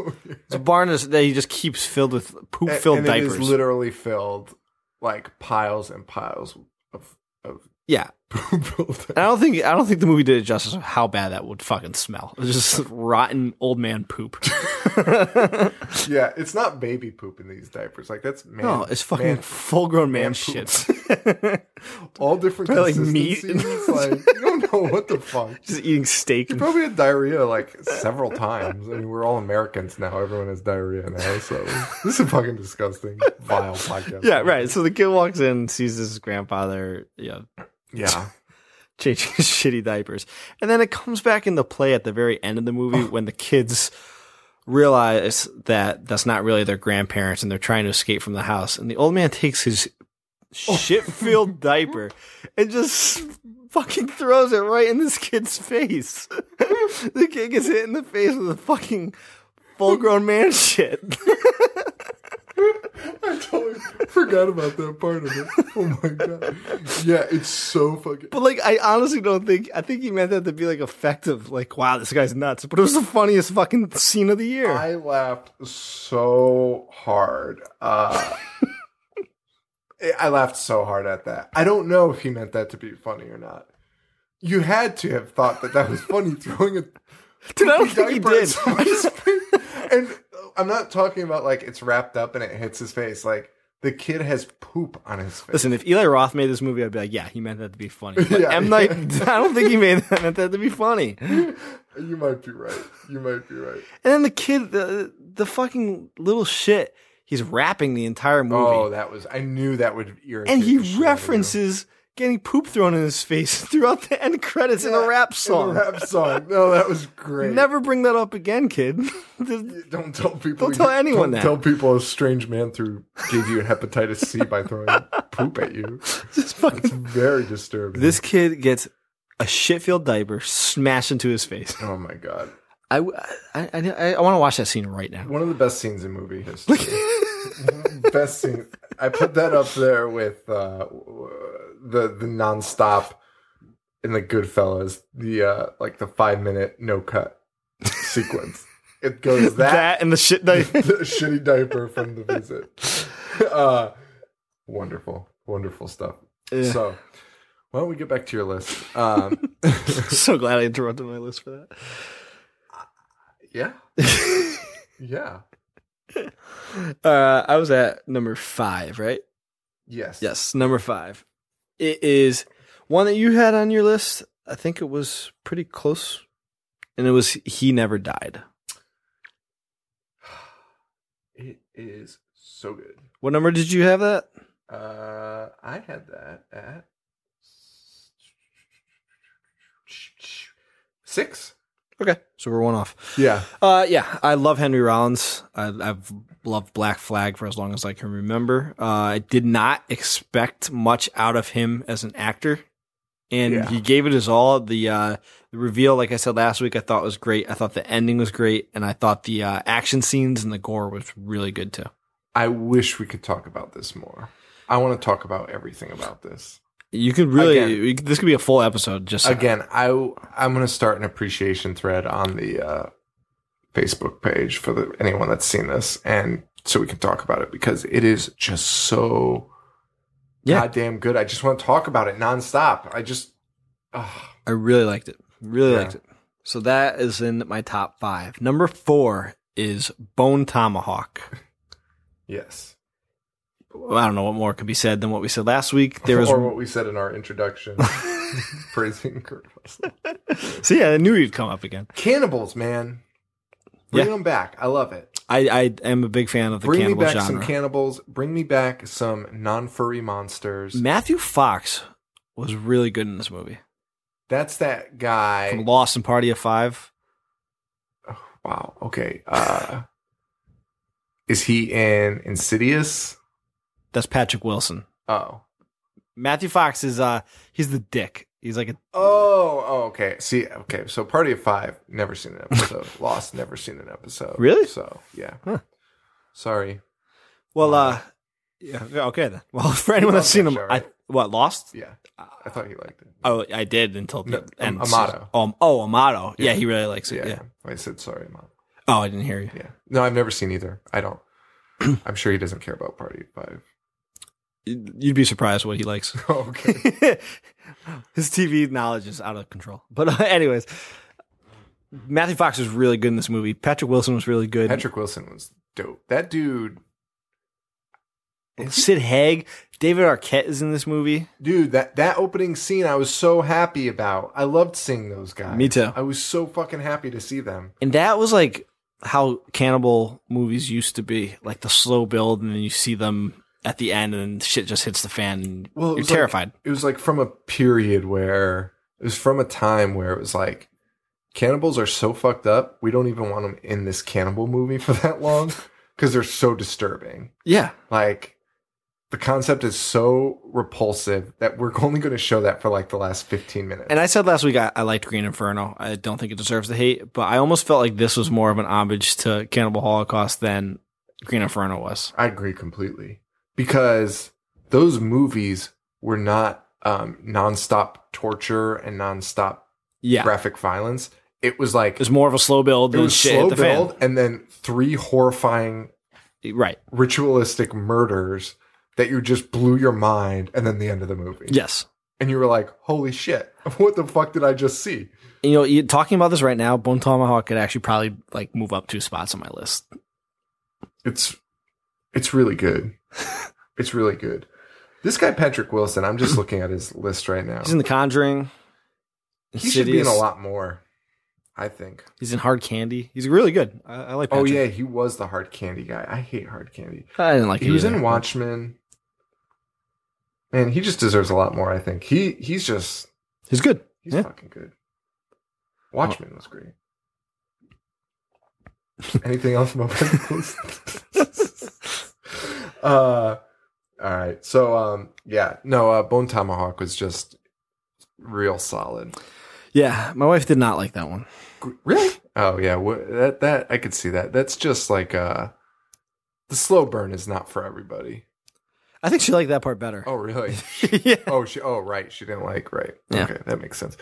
[SPEAKER 4] the barn is that he just keeps filled with poop
[SPEAKER 3] And-
[SPEAKER 4] filled
[SPEAKER 3] and
[SPEAKER 4] diapers
[SPEAKER 3] It is literally filled like piles and piles of of
[SPEAKER 4] yeah
[SPEAKER 3] poop.
[SPEAKER 4] and i don't think i don't think the movie did it justice of how bad that would fucking smell it was just rotten old man poop
[SPEAKER 3] yeah, it's not baby poop in these diapers. Like that's man.
[SPEAKER 4] no Oh, it's fucking
[SPEAKER 3] man-
[SPEAKER 4] full grown man,
[SPEAKER 3] man poop.
[SPEAKER 4] shit
[SPEAKER 3] all different
[SPEAKER 4] probably like meat.
[SPEAKER 3] consistencies. like you don't know what the fuck.
[SPEAKER 4] just eating steak and
[SPEAKER 3] Probably had diarrhea like several times. I mean, we're all Americans now. Everyone has diarrhea now, so this is a fucking disgusting, vile podcast.
[SPEAKER 4] yeah right so the kid walks in sees his grandfather yeah
[SPEAKER 3] Yeah,
[SPEAKER 4] changing his shitty diapers. And then it comes back into play at the very end of the movie when the kids realize that that's not really their grandparents and they're trying to escape from the house. And the old man takes his shit filled diaper and just fucking throws it right in this kid's face. the kid gets hit in the face with a fucking full grown man shit.
[SPEAKER 3] I totally forgot about that part of it. Oh my god. Yeah, it's so fucking.
[SPEAKER 4] But like, I honestly don't think. I think he meant that to be like effective. Like, wow, this guy's nuts. But it was the funniest fucking scene of the year.
[SPEAKER 3] I laughed so hard. Uh, I laughed so hard at that. I don't know if he meant that to be funny or not. You had to have thought that that was funny throwing a
[SPEAKER 4] Dude, I don't think he
[SPEAKER 3] diaper at
[SPEAKER 4] did.
[SPEAKER 3] somebody's face. And uh, I'm not talking about like it's wrapped up and it hits his face. Like the kid has poop on his face.
[SPEAKER 4] Listen, if Eli Roth made this movie, I'd be like, yeah, he meant that to be funny. But
[SPEAKER 3] Yeah.
[SPEAKER 4] M Night, I don't think he made that, meant that to be funny. And
[SPEAKER 3] You might be right. You might be right.
[SPEAKER 4] then the kid, the the fucking little shit, he's rapping the entire movie,
[SPEAKER 3] Oh, that was. I knew that would irritate.
[SPEAKER 4] and
[SPEAKER 3] the shit
[SPEAKER 4] he
[SPEAKER 3] out of you.
[SPEAKER 4] references getting poop thrown in his face throughout the end credits in a rap song.
[SPEAKER 3] In a rap song. No, that was great.
[SPEAKER 4] Never bring that up again, kid.
[SPEAKER 3] Don't tell people.
[SPEAKER 4] Don't tell
[SPEAKER 3] don't
[SPEAKER 4] anyone that.
[SPEAKER 3] Tell people a strange man through gave you hepatitis C by throwing poop at you.
[SPEAKER 4] Just fucking.
[SPEAKER 3] Very disturbing.
[SPEAKER 4] This kid gets a shit filled diaper smashed into his face.
[SPEAKER 3] Oh my god!
[SPEAKER 4] I I I, I want to watch that scene right now.
[SPEAKER 3] One of the best scenes in movie history. best scene. I put that up there with uh, the the nonstop in the Goodfellas. The uh, like the five minute no cut sequence. It goes
[SPEAKER 4] That,
[SPEAKER 3] that
[SPEAKER 4] and the shit diaper.
[SPEAKER 3] the shitty diaper from the visit. Uh, wonderful, wonderful stuff.
[SPEAKER 4] Yeah.
[SPEAKER 3] So, why don't we get back to your list? Um,
[SPEAKER 4] so glad I interrupted my list for that.
[SPEAKER 3] yeah, yeah,
[SPEAKER 4] Uh, I was at number five, right?
[SPEAKER 3] yes,
[SPEAKER 4] Yes, number five. It is one that you had on your list. I think it was pretty close, and it was "He Never Died."
[SPEAKER 3] It is so good.
[SPEAKER 4] What number did you have that?
[SPEAKER 3] Uh, I had that at six.
[SPEAKER 4] Okay, so we're one off.
[SPEAKER 3] Yeah,
[SPEAKER 4] Uh, yeah, I love Henry Rollins. I, I've loved Black Flag for as long as I can remember. Uh, I did not expect much out of him as an actor, and
[SPEAKER 3] Yeah.
[SPEAKER 4] he gave it his all. The uh, the reveal, like I said last week, I thought was great. I thought the ending was great, and I thought the uh, action scenes and the gore was really good too.
[SPEAKER 3] I wish we could talk about this more. I want to talk about everything about this.
[SPEAKER 4] You could really
[SPEAKER 3] Again.
[SPEAKER 4] you- this could be a full episode just
[SPEAKER 3] again i i'm going to start an appreciation thread on the uh facebook page for the, anyone that's seen this and so we can talk about it because it is just so
[SPEAKER 4] Yeah.
[SPEAKER 3] goddamn good i just want to talk about it nonstop i just ugh.
[SPEAKER 4] I really liked it. Really
[SPEAKER 3] Yeah.
[SPEAKER 4] liked it. So that is in my top five. Number four is Bone Tomahawk.
[SPEAKER 3] yes
[SPEAKER 4] I don't know what more could be said than what we said last week. There was
[SPEAKER 3] or what we said in our introduction praising kurt russell
[SPEAKER 4] so yeah, I knew you'd come up again.
[SPEAKER 3] cannibals man bring
[SPEAKER 4] Yeah.
[SPEAKER 3] them back i love it
[SPEAKER 4] I, I am a big fan of the
[SPEAKER 3] bring me
[SPEAKER 4] cannibal
[SPEAKER 3] back some
[SPEAKER 4] genre.
[SPEAKER 3] cannibals bring me back some non-furry monsters
[SPEAKER 4] Matthew Fox was really good in this movie.
[SPEAKER 3] that's that guy
[SPEAKER 4] From Lost and Party of Five.
[SPEAKER 3] Wow. Okay. Uh, is he in Insidious?
[SPEAKER 4] That's Patrick Wilson.
[SPEAKER 3] Oh.
[SPEAKER 4] Matthew Fox is uh he's the dick. He's like a
[SPEAKER 3] Oh. Oh. Okay. See. Okay. So Party of Five. Never seen an episode. Lost. Never seen an episode.
[SPEAKER 4] Really?
[SPEAKER 3] So yeah.
[SPEAKER 4] Huh.
[SPEAKER 3] Sorry.
[SPEAKER 4] Well, uh, yeah, okay then. Well, for anyone that's seen
[SPEAKER 3] that
[SPEAKER 4] him,
[SPEAKER 3] show,
[SPEAKER 4] I what Lost?
[SPEAKER 3] Yeah. I thought he liked it.
[SPEAKER 4] Oh, I did until the
[SPEAKER 3] No,
[SPEAKER 4] end.
[SPEAKER 3] um, Amato.
[SPEAKER 4] Um, oh, Amato. Yeah. he really likes it.
[SPEAKER 3] Yeah.
[SPEAKER 4] Yeah.
[SPEAKER 3] I said sorry, mom.
[SPEAKER 4] Oh, I didn't hear you.
[SPEAKER 3] Yeah. No, I've never seen either. I don't. I'm sure he doesn't care about Party of Five.
[SPEAKER 4] You'd be surprised what he likes.
[SPEAKER 3] Oh, okay.
[SPEAKER 4] His TV knowledge is out of control. But uh, anyways, Matthew Fox was really good in this movie. Patrick Wilson was really good.
[SPEAKER 3] Patrick Wilson was dope. That dude,
[SPEAKER 4] Sid Haig, David Arquette is in this movie.
[SPEAKER 3] dude, that that opening scene, I was so happy about. I loved seeing those guys.
[SPEAKER 4] Me too.
[SPEAKER 3] I was so fucking happy to see them.
[SPEAKER 4] And that was like how cannibal movies used to be, like the slow build, and then you see them at the end, and shit just hits the fan. And
[SPEAKER 3] Well, it
[SPEAKER 4] you're
[SPEAKER 3] was like-
[SPEAKER 4] terrified.
[SPEAKER 3] It was like from a period where it was from a time where it was like cannibals are so fucked up. We don't even want them in this cannibal movie for that long because they're so disturbing.
[SPEAKER 4] yeah,
[SPEAKER 3] Like the concept is so repulsive that we're only going to show that for like the last 15 minutes.
[SPEAKER 4] and I said last week I, I liked Green Inferno. I don't think it deserves the hate, but I almost felt like this was more of an homage to Cannibal Holocaust than Green Inferno was.
[SPEAKER 3] I agree completely because those movies were not um, nonstop torture and nonstop
[SPEAKER 4] Yeah,
[SPEAKER 3] graphic violence. It was like
[SPEAKER 4] it was more of a slow build.
[SPEAKER 3] it
[SPEAKER 4] than
[SPEAKER 3] was
[SPEAKER 4] shit
[SPEAKER 3] slow
[SPEAKER 4] hit the
[SPEAKER 3] build and then three horrifying
[SPEAKER 4] fan. right?
[SPEAKER 3] ritualistic murders that you just blew your mind and then the end of the movie.
[SPEAKER 4] Yes.
[SPEAKER 3] And you were like, holy shit, what the fuck did I just see?
[SPEAKER 4] You know, you talking about this right now, Bone Tomahawk could actually probably like move up two spots on my list.
[SPEAKER 3] It's it's really good. it's really good. This guy Patrick Wilson, I'm just looking at his list right now.
[SPEAKER 4] He's in The Conjuring.
[SPEAKER 3] he should be in a
[SPEAKER 4] Insidious.
[SPEAKER 3] lot more, I think.
[SPEAKER 4] He's in Hard Candy. He's really good. I, I like.
[SPEAKER 3] Oh
[SPEAKER 4] Patrick.
[SPEAKER 3] yeah, he was the hard candy guy. I hate hard candy.
[SPEAKER 4] I didn't like.
[SPEAKER 3] He
[SPEAKER 4] it
[SPEAKER 3] was
[SPEAKER 4] either.
[SPEAKER 3] in Watchmen. Man, he just deserves a lot more. I think he he's just
[SPEAKER 4] He's good.
[SPEAKER 3] he's
[SPEAKER 4] Yeah.
[SPEAKER 3] fucking good. Watchmen was great. Anything else about Patrick Wilson? uh, all right. So um, yeah, no, uh, Bone Tomahawk was just real solid.
[SPEAKER 4] Yeah, my wife did not like that one.
[SPEAKER 3] Gr- Really? Oh yeah, wh- that that I could see that. That's just like uh, the slow burn is not for everybody.
[SPEAKER 4] I think she liked that part better.
[SPEAKER 3] Oh really?
[SPEAKER 4] yeah.
[SPEAKER 3] oh she. Oh right, she didn't like right.
[SPEAKER 4] Yeah.
[SPEAKER 3] Okay, that makes sense.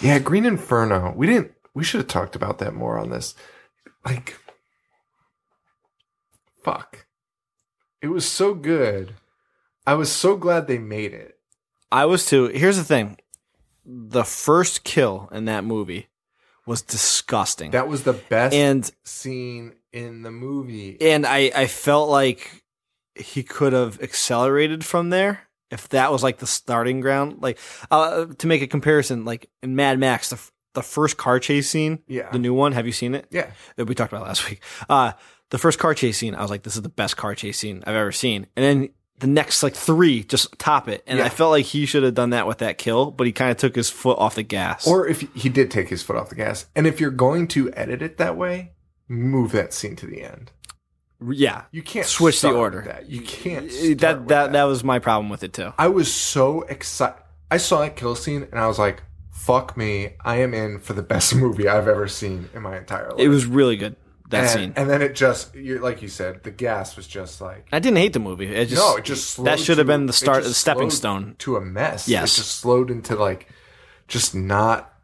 [SPEAKER 3] Yeah, Green Inferno. We didn't. We should have talked about that more on this. Like, fuck. It was so good. I was so glad they made it.
[SPEAKER 4] I was too. Here's the thing: the first kill in that movie was disgusting,
[SPEAKER 3] That was the best
[SPEAKER 4] and
[SPEAKER 3] scene in the movie.
[SPEAKER 4] and I I felt like he could have accelerated from there if that was like the starting ground. Like uh, to make a comparison, like in Mad Max, the f- the first car chase scene,
[SPEAKER 3] Yeah.
[SPEAKER 4] the new one. Have you seen it?
[SPEAKER 3] yeah.
[SPEAKER 4] that we talked about last week. Uh, the first car chase scene, I was like, this is the best car chase scene I've ever seen. And then the next like three just top it. And
[SPEAKER 3] Yeah.
[SPEAKER 4] I felt like he should have done that with that kill, but he kind of took his foot off the gas.
[SPEAKER 3] Or if he did take his foot off the gas, and if you're going to edit it that way, move that scene to the end.
[SPEAKER 4] yeah,
[SPEAKER 3] You can't
[SPEAKER 4] Switch the
[SPEAKER 3] start with
[SPEAKER 4] order.
[SPEAKER 3] That you can't.
[SPEAKER 4] that
[SPEAKER 3] start
[SPEAKER 4] that,
[SPEAKER 3] with
[SPEAKER 4] that was my problem with it too.
[SPEAKER 3] I was so excited. I saw that kill scene, and I was like, "Fuck me! I am in for the best movie I've ever seen in my entire life."
[SPEAKER 4] It was really good that
[SPEAKER 3] and,
[SPEAKER 4] scene.
[SPEAKER 3] and then it just, you like you said, the gas was just like.
[SPEAKER 4] I didn't hate the movie. It just,
[SPEAKER 3] no, it just slowed
[SPEAKER 4] that should have
[SPEAKER 3] to-
[SPEAKER 4] been the
[SPEAKER 3] it
[SPEAKER 4] start,
[SPEAKER 3] just
[SPEAKER 4] the stepping
[SPEAKER 3] slowed
[SPEAKER 4] stone.
[SPEAKER 3] to a mess.
[SPEAKER 4] Yes.
[SPEAKER 3] it just slowed into like, just not.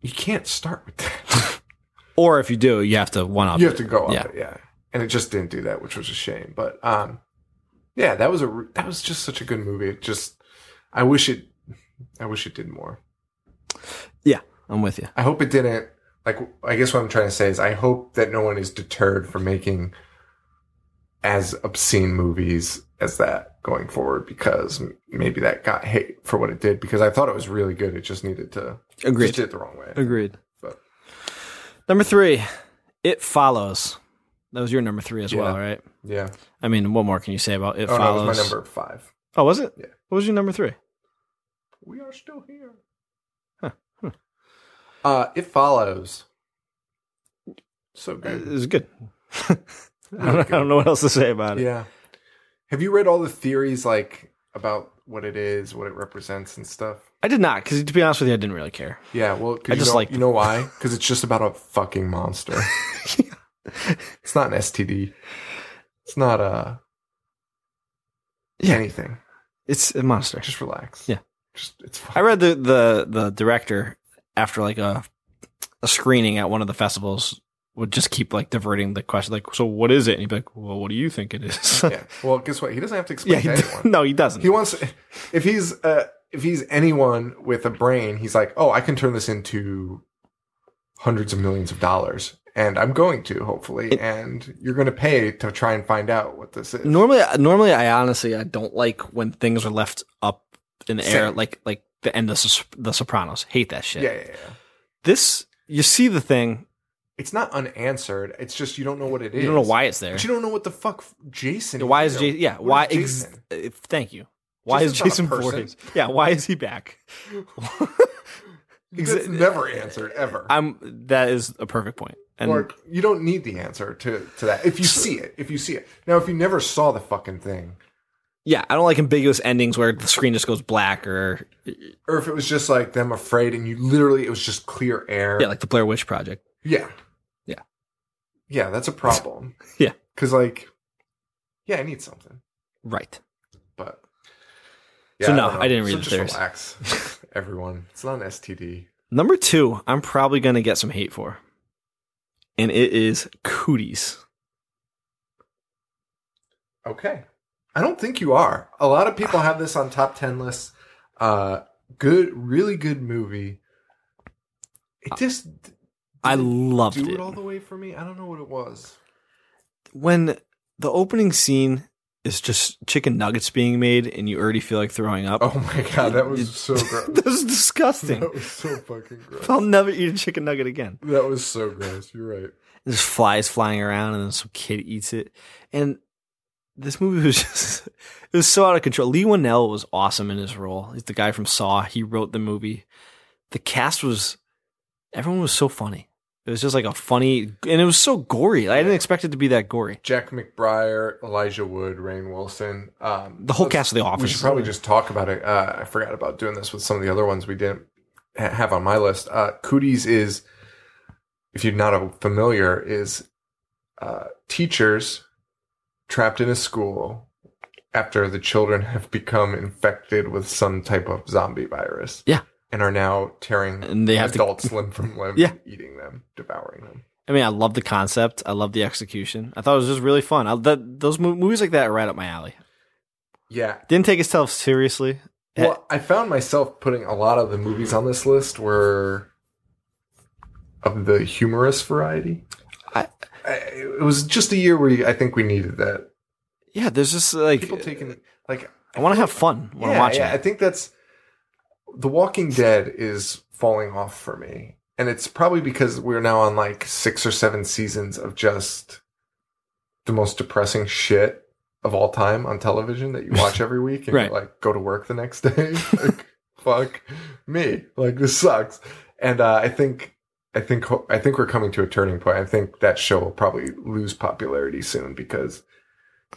[SPEAKER 3] You can't start with that.
[SPEAKER 4] Or if you do, you have to one up.
[SPEAKER 3] you have to go up
[SPEAKER 4] Yeah.
[SPEAKER 3] it, yeah. And it just didn't do that, which was a shame. But um, yeah, that was a re- that was just such a good movie. It just, I wish it, I wish it did more.
[SPEAKER 4] Yeah, I'm with you.
[SPEAKER 3] I hope it didn't. Like, I guess what I'm trying to say is, I hope that no one is deterred from making as obscene movies as that going forward, because m- maybe that got hate for what it did. Because I thought it was really good. It just needed to
[SPEAKER 4] Agreed.
[SPEAKER 3] Just did it the wrong way.
[SPEAKER 4] Agreed.
[SPEAKER 3] But-
[SPEAKER 4] Number three, it follows. That was your number three as well,
[SPEAKER 3] Yeah.
[SPEAKER 4] right?
[SPEAKER 3] Yeah.
[SPEAKER 4] I mean, what more can you say about it?
[SPEAKER 3] Oh
[SPEAKER 4] follows.
[SPEAKER 3] no, it was my number five.
[SPEAKER 4] Oh, was it?
[SPEAKER 3] Yeah.
[SPEAKER 4] What was your number three?
[SPEAKER 3] We are still here. Uh, it follows. Uh, So
[SPEAKER 4] It
[SPEAKER 3] good.
[SPEAKER 4] was good. I, don't, I don't know what else to say about it.
[SPEAKER 3] Yeah. Have you read all the theories like about what it is, what it represents, and stuff?
[SPEAKER 4] I did not, because to be honest with you, I didn't really care.
[SPEAKER 3] Yeah. Well, 'cause
[SPEAKER 4] I
[SPEAKER 3] you
[SPEAKER 4] just
[SPEAKER 3] know,
[SPEAKER 4] liked
[SPEAKER 3] you know why? Because it's just about a fucking monster. it's not an STD. It's not uh
[SPEAKER 6] Yeah.
[SPEAKER 3] anything.
[SPEAKER 6] It's a monster.
[SPEAKER 3] Just relax.
[SPEAKER 6] Yeah.
[SPEAKER 3] Just it's
[SPEAKER 4] I
[SPEAKER 3] fine.
[SPEAKER 4] read the the the director after like a a screening at one of the festivals would just keep like diverting the question like so what is it and he'd be like well what do you think it is
[SPEAKER 3] yeah. Well, guess what? He doesn't have to explain
[SPEAKER 4] yeah
[SPEAKER 3] to
[SPEAKER 4] he d-
[SPEAKER 3] anyone.
[SPEAKER 4] no he doesn't
[SPEAKER 3] He wants if he's uh if he's anyone with a brain, he's like, "Oh, I can turn this into hundreds of millions of dollars." And I'm going to, hopefully, and you're going to pay to try and find out what this is.
[SPEAKER 4] normally normally I honestly I don't like when things are left up in the air
[SPEAKER 3] Same.
[SPEAKER 4] like like the end of Sop- the Sopranos hate that shit
[SPEAKER 3] yeah, yeah, yeah.
[SPEAKER 4] this you see the thing
[SPEAKER 3] It's not unanswered. It's just you don't know what it is.
[SPEAKER 4] you don't know why it's there
[SPEAKER 3] But you don't know what the fuck Jason.
[SPEAKER 4] why is
[SPEAKER 3] is,
[SPEAKER 4] Jason?
[SPEAKER 3] though.
[SPEAKER 4] yeah
[SPEAKER 3] What
[SPEAKER 4] why
[SPEAKER 3] is
[SPEAKER 4] ex-
[SPEAKER 3] Jason?
[SPEAKER 4] uh, thank you why
[SPEAKER 3] Jason's
[SPEAKER 4] is
[SPEAKER 3] not a
[SPEAKER 4] Jason
[SPEAKER 3] person.
[SPEAKER 4] Voorhees yeah why is he back
[SPEAKER 3] That's
[SPEAKER 4] Exa-
[SPEAKER 3] never answered ever.
[SPEAKER 4] I'm that is a perfect point and
[SPEAKER 3] or you don't need the answer to, to that if you see it. If you see it now, if you never saw the fucking thing,
[SPEAKER 4] Yeah, I don't like ambiguous endings where the screen just goes black or
[SPEAKER 3] or if it was just like them afraid and you literally it was just clear air.
[SPEAKER 4] yeah, like the Blair Witch Project.
[SPEAKER 3] yeah,
[SPEAKER 4] Yeah.
[SPEAKER 3] Yeah, That's a problem.
[SPEAKER 4] Yeah.
[SPEAKER 3] because like, yeah, I need something,
[SPEAKER 4] Right.
[SPEAKER 3] but.
[SPEAKER 4] So no,
[SPEAKER 3] don't know.
[SPEAKER 4] I didn't read
[SPEAKER 3] So just
[SPEAKER 4] the theories.
[SPEAKER 3] relax, everyone. It's not an STD.
[SPEAKER 4] Number two, I'm probably gonna get some hate for, and it is cooties.
[SPEAKER 3] Okay. I don't think you are. A lot of people have this on top 10 lists. Uh good really good movie. It just
[SPEAKER 4] I
[SPEAKER 3] didn't
[SPEAKER 4] loved
[SPEAKER 3] do
[SPEAKER 4] it
[SPEAKER 3] it all the way for me. I don't know what it was.
[SPEAKER 4] when the opening scene is just chicken nuggets being made, and you already feel like throwing up.
[SPEAKER 3] Oh my god, that was so gross.
[SPEAKER 4] that was disgusting.
[SPEAKER 3] That was so fucking gross.
[SPEAKER 4] I'll never eat a chicken nugget again.
[SPEAKER 3] That was so gross. You're right.
[SPEAKER 4] There's flies flying around, and then some kid eats it. And this movie was just, it was so out of control. Lee Winnell was awesome in his role. He's the guy from Saw. He wrote the movie. The cast was, everyone was so funny. It was just like a funny, and it was so gory. I didn't expect it to be that gory.
[SPEAKER 3] Jack McBriar, Elijah Wood, Rain Wilson. Um,
[SPEAKER 4] The whole
[SPEAKER 3] let's-
[SPEAKER 4] cast of The
[SPEAKER 3] We
[SPEAKER 4] Office.
[SPEAKER 3] should probably just talk about it. Uh, I forgot about doing this with some of the other ones we didn't ha- have on my list. Uh, Cooties is, if you're not a familiar, is uh, teachers trapped in a school after the children have become infected with some type of zombie virus.
[SPEAKER 4] Yeah.
[SPEAKER 3] And are now tearing
[SPEAKER 4] And they have to-
[SPEAKER 3] adults limb from limb,
[SPEAKER 4] Yeah.
[SPEAKER 3] eating them, devouring them.
[SPEAKER 4] I mean, I love the concept. I love the execution. I thought it was just really fun. I, that, those mo- movies like that are right up my alley.
[SPEAKER 3] Yeah,
[SPEAKER 4] Didn't take itself seriously.
[SPEAKER 3] Well, I found myself putting a lot of the movies on this list were of the humorous variety.
[SPEAKER 4] I-
[SPEAKER 3] I- it was just a year where you- I think we needed that.
[SPEAKER 4] Yeah, there's just like
[SPEAKER 3] People taking like
[SPEAKER 4] I want to have fun when
[SPEAKER 3] yeah,
[SPEAKER 4] I'm watching.
[SPEAKER 3] yeah, I
[SPEAKER 4] it.
[SPEAKER 3] think that's The Walking Dead is falling off for me, and it's probably because we're now on like six or seven seasons of just the most depressing shit of all time on television that you watch every week, and
[SPEAKER 4] Right.
[SPEAKER 3] you like go to work the next day. like, fuck me, like this sucks. And uh, I think. I think I think we're coming to a turning point. I think that show will probably lose popularity soon because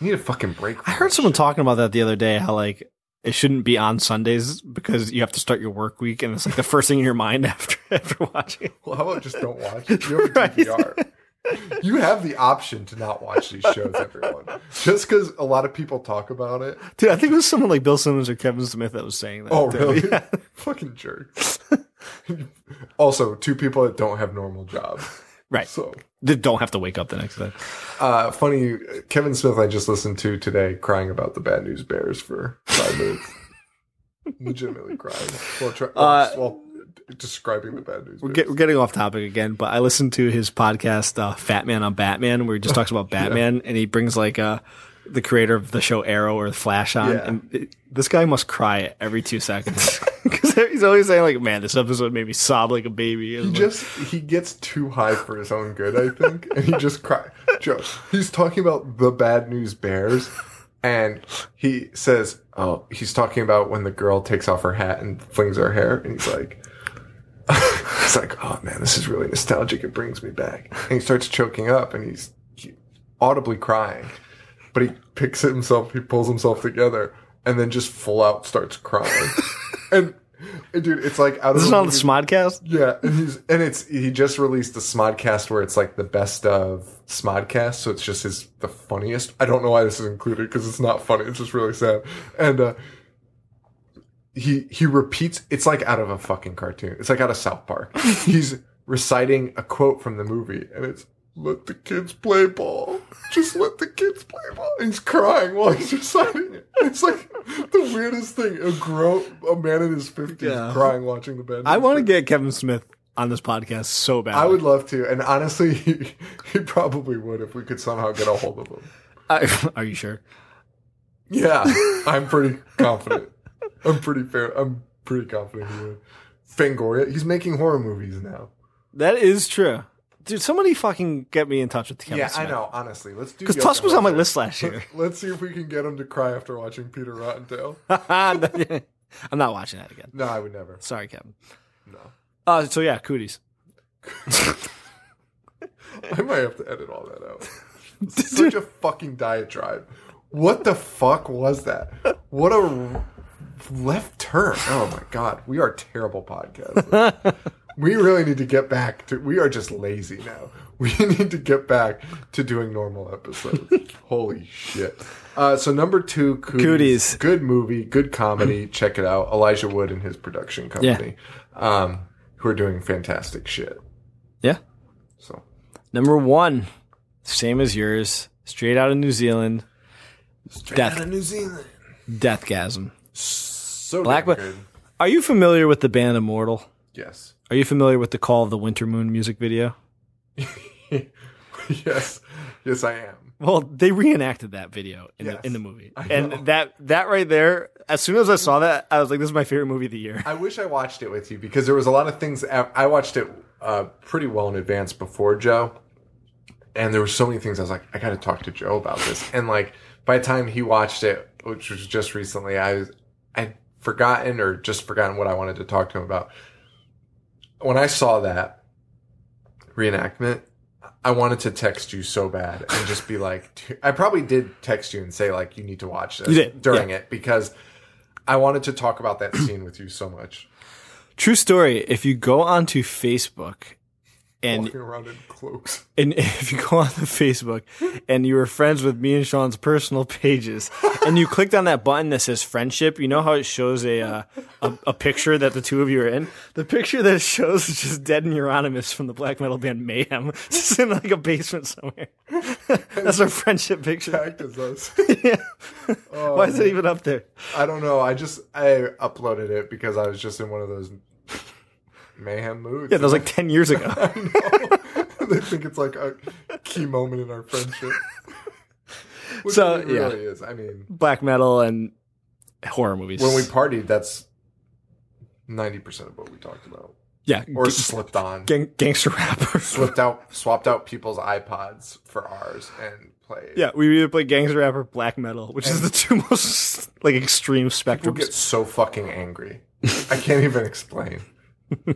[SPEAKER 3] you need a fucking break.
[SPEAKER 4] I
[SPEAKER 3] from
[SPEAKER 4] heard
[SPEAKER 3] that
[SPEAKER 4] someone
[SPEAKER 3] shit.
[SPEAKER 4] talking about that the other day. How like it shouldn't be on Sundays because you have to start your work week, and it's like the first thing in your mind after after watching.
[SPEAKER 3] Well, how about just don't watch it? You have a
[SPEAKER 4] Right.
[SPEAKER 3] DVR. you have the option to not watch these shows, everyone. Just because a lot of people talk about it.
[SPEAKER 4] Dude, I think it was someone like Bill Simmons or Kevin Smith that was saying that.
[SPEAKER 3] Oh,
[SPEAKER 4] too.
[SPEAKER 3] really?
[SPEAKER 4] Yeah.
[SPEAKER 3] Fucking jerks. also, two people that don't have normal jobs.
[SPEAKER 4] Right.
[SPEAKER 3] So,
[SPEAKER 4] They don't have to wake up the next day.
[SPEAKER 3] uh, funny, Kevin Smith, I just listened to today crying about the Bad News Bears for five minutes. Legitimately crying while, try-
[SPEAKER 4] Uh,
[SPEAKER 3] while describing the Bad News
[SPEAKER 4] We're,
[SPEAKER 3] Bears.
[SPEAKER 4] get, we're getting off topic again, but I listened to his podcast, uh, Fat Man on Batman, where he just talks about Batman, and he brings like uh, the creator of the show Arrow or Flash on,
[SPEAKER 3] Yeah.
[SPEAKER 4] and it, this guy must cry every two seconds because he's always saying like, "Man, this episode made me sob like a baby." And
[SPEAKER 3] He
[SPEAKER 4] I'm like,
[SPEAKER 3] just he gets too high for his own good, I think, and he just cries. Joe, he's talking about the bad news bears, and he says, "Oh, he's talking about when the girl takes off her hat and flings her hair," and he's like, "He's like, oh man, this is really nostalgic. It brings me back." And he starts choking up, and he's he- audibly crying, but he picks himself, he pulls himself together, and then just full out starts crying, and. dude. It's like out
[SPEAKER 4] This
[SPEAKER 3] of
[SPEAKER 4] is
[SPEAKER 3] a
[SPEAKER 4] on the
[SPEAKER 3] movie-
[SPEAKER 4] Smodcast.
[SPEAKER 3] Yeah, and, he's, and it's he just released a Smodcast where it's like the best of Smodcast, so it's just his the funniest. I don't know why this is included because it's not funny. It's just really sad. And uh, he he repeats. It's like out of a fucking cartoon. It's like out of South Park. he's reciting a quote from the movie, and it's "Let the kids play ball. Just let the kids play ball." And he's crying while he's reciting it. It's like the weirdest thing. A grown a man in his fifties
[SPEAKER 4] Yeah.
[SPEAKER 3] crying watching the band.
[SPEAKER 4] I want to get Kevin Smith on this podcast so bad.
[SPEAKER 3] I would love to, and honestly, he, he probably would if we could somehow get a hold of him.
[SPEAKER 4] I- are you sure?
[SPEAKER 3] Yeah, I'm pretty confident. I'm pretty fair. I'm pretty confident he would. Fangoria, he's making horror movies now.
[SPEAKER 4] That is true. Dude, somebody fucking get me in touch with Kevin
[SPEAKER 3] yeah,
[SPEAKER 4] Smith.
[SPEAKER 3] I know. Honestly, let's do
[SPEAKER 4] Because
[SPEAKER 3] Yoko
[SPEAKER 4] Tusk was on my
[SPEAKER 3] Hunter.
[SPEAKER 4] list last year.
[SPEAKER 3] Let's see if we can get him to cry after watching Peter Rottendale.
[SPEAKER 4] I'm not watching that again.
[SPEAKER 3] no, I would never.
[SPEAKER 4] Sorry, Kevin.
[SPEAKER 3] No,
[SPEAKER 4] Uh, so yeah, cooties.
[SPEAKER 3] I might have to edit all that out. Such a fucking diatribe. What the fuck was that? What a left turn. Oh my god, we are terrible podcasters. we really need to get back to. We are just lazy now. We need to get back to doing normal episodes. Holy shit. Uh, so number two, Cooties.
[SPEAKER 4] Cooties.
[SPEAKER 3] Good movie, good comedy. Check it out. Elijah Wood and his production company, um, who are doing fantastic shit.
[SPEAKER 4] Yeah.
[SPEAKER 3] So
[SPEAKER 4] Number one, same as yours, straight out of New Zealand, Death.
[SPEAKER 3] out of New Zealand.
[SPEAKER 4] Deathgasm.
[SPEAKER 3] So
[SPEAKER 4] Black
[SPEAKER 3] damn
[SPEAKER 4] Wi-
[SPEAKER 3] good.
[SPEAKER 4] Are you familiar with the band Immortal?
[SPEAKER 3] Yes.
[SPEAKER 4] Are you familiar with the Call of the Winter Moon music video?
[SPEAKER 3] yes. Yes, I am.
[SPEAKER 4] Well, they reenacted that video in,
[SPEAKER 3] Yes.
[SPEAKER 4] the, in the movie,
[SPEAKER 3] I know.
[SPEAKER 4] and that that right there. As soon as I saw that, I was like, "This is my favorite movie of the year."
[SPEAKER 3] I wish I watched it with you because there was a lot of things. I I watched it uh, pretty well in advance before Joe, and there were so many things I was like, I got to talk to Joe about this. And like by the time he watched it, which was just recently, I was I'd forgotten or just forgotten what I wanted to talk to him about. When I saw that reenactment, I wanted to text you so bad and just be like, dude- I probably did text you and say like, you need to watch this
[SPEAKER 4] You did,
[SPEAKER 3] during
[SPEAKER 4] yeah.
[SPEAKER 3] it because. I wanted to talk about that scene with you so much.
[SPEAKER 4] True story. If you go onto Facebook and
[SPEAKER 3] walking around in cloaks.
[SPEAKER 4] and if you go on the Facebook and you were friends with me and Sean's personal pages, and you clicked on that button that says friendship, you know how it shows a uh, a, a picture that the two of you are in. The picture that it shows is just Dead and Euronymous from the black metal band Mayhem, just in like a basement somewhere. That's our friendship picture.
[SPEAKER 3] Act as us.
[SPEAKER 4] Why is it even up there?
[SPEAKER 3] I don't know. I just I uploaded it because I was just in one of those mayhem moods.
[SPEAKER 4] Yeah, that was like ten years ago.
[SPEAKER 3] they think it's like a key moment in our friendship. Which
[SPEAKER 4] So,
[SPEAKER 3] it
[SPEAKER 4] yeah.
[SPEAKER 3] really is. I mean,
[SPEAKER 4] Black metal and horror movies.
[SPEAKER 3] when we partied, that's ninety percent of what we talked about,
[SPEAKER 4] yeah,
[SPEAKER 3] or
[SPEAKER 4] ga-
[SPEAKER 3] slipped on,
[SPEAKER 4] gang- gangster rappers.
[SPEAKER 3] slipped out, swapped out people's iPods for ours, and played.
[SPEAKER 4] Yeah, we either play gangster rap or black metal, which is the two most like extreme
[SPEAKER 3] People
[SPEAKER 4] spectrums.
[SPEAKER 3] get so fucking angry. I can't even explain.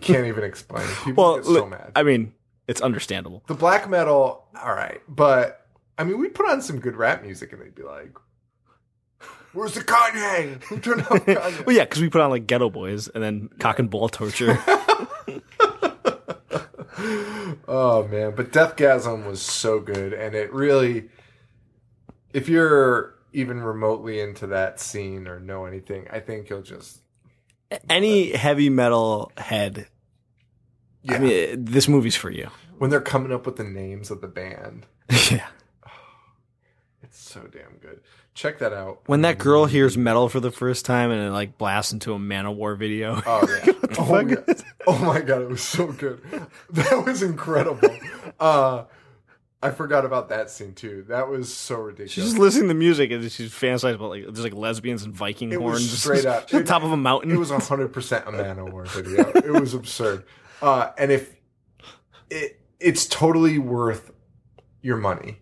[SPEAKER 3] Can't even explain. People
[SPEAKER 4] well,
[SPEAKER 3] get so
[SPEAKER 4] look,
[SPEAKER 3] mad.
[SPEAKER 4] I mean, it's understandable.
[SPEAKER 3] the black metal, all right, but I mean, we'd put on some good rap music and they'd be like, "Where's the Kanye? Who turned off Kanye?"
[SPEAKER 4] Well, yeah, because we put on like Ghetto Boys and then Cock and Ball Torture.
[SPEAKER 3] Oh man, but Deathgasm was so good, and it really, if you're even remotely into that scene or know anything, I think you'll just.
[SPEAKER 4] Any heavy metal head,
[SPEAKER 3] Yeah,
[SPEAKER 4] I mean, this movie's for you.
[SPEAKER 3] when they're coming up with the names of the band,
[SPEAKER 4] yeah.
[SPEAKER 3] it's so damn good. Check that out.
[SPEAKER 4] When that girl hears metal for the first time and it like blasts into a Man of War video.
[SPEAKER 3] Oh yeah. oh, yeah. oh my god, it was so good. That was incredible. Uh I forgot about that scene too. That was so
[SPEAKER 4] She's
[SPEAKER 3] ridiculous.
[SPEAKER 4] just listening to music and she's fantasizing about like there's like lesbians and Viking
[SPEAKER 3] It was
[SPEAKER 4] horns
[SPEAKER 3] straight up.
[SPEAKER 4] on
[SPEAKER 3] It-
[SPEAKER 4] top of a mountain.
[SPEAKER 3] it was hundred percent a man of war video. It was absurd. Uh and if it it's totally worth your money.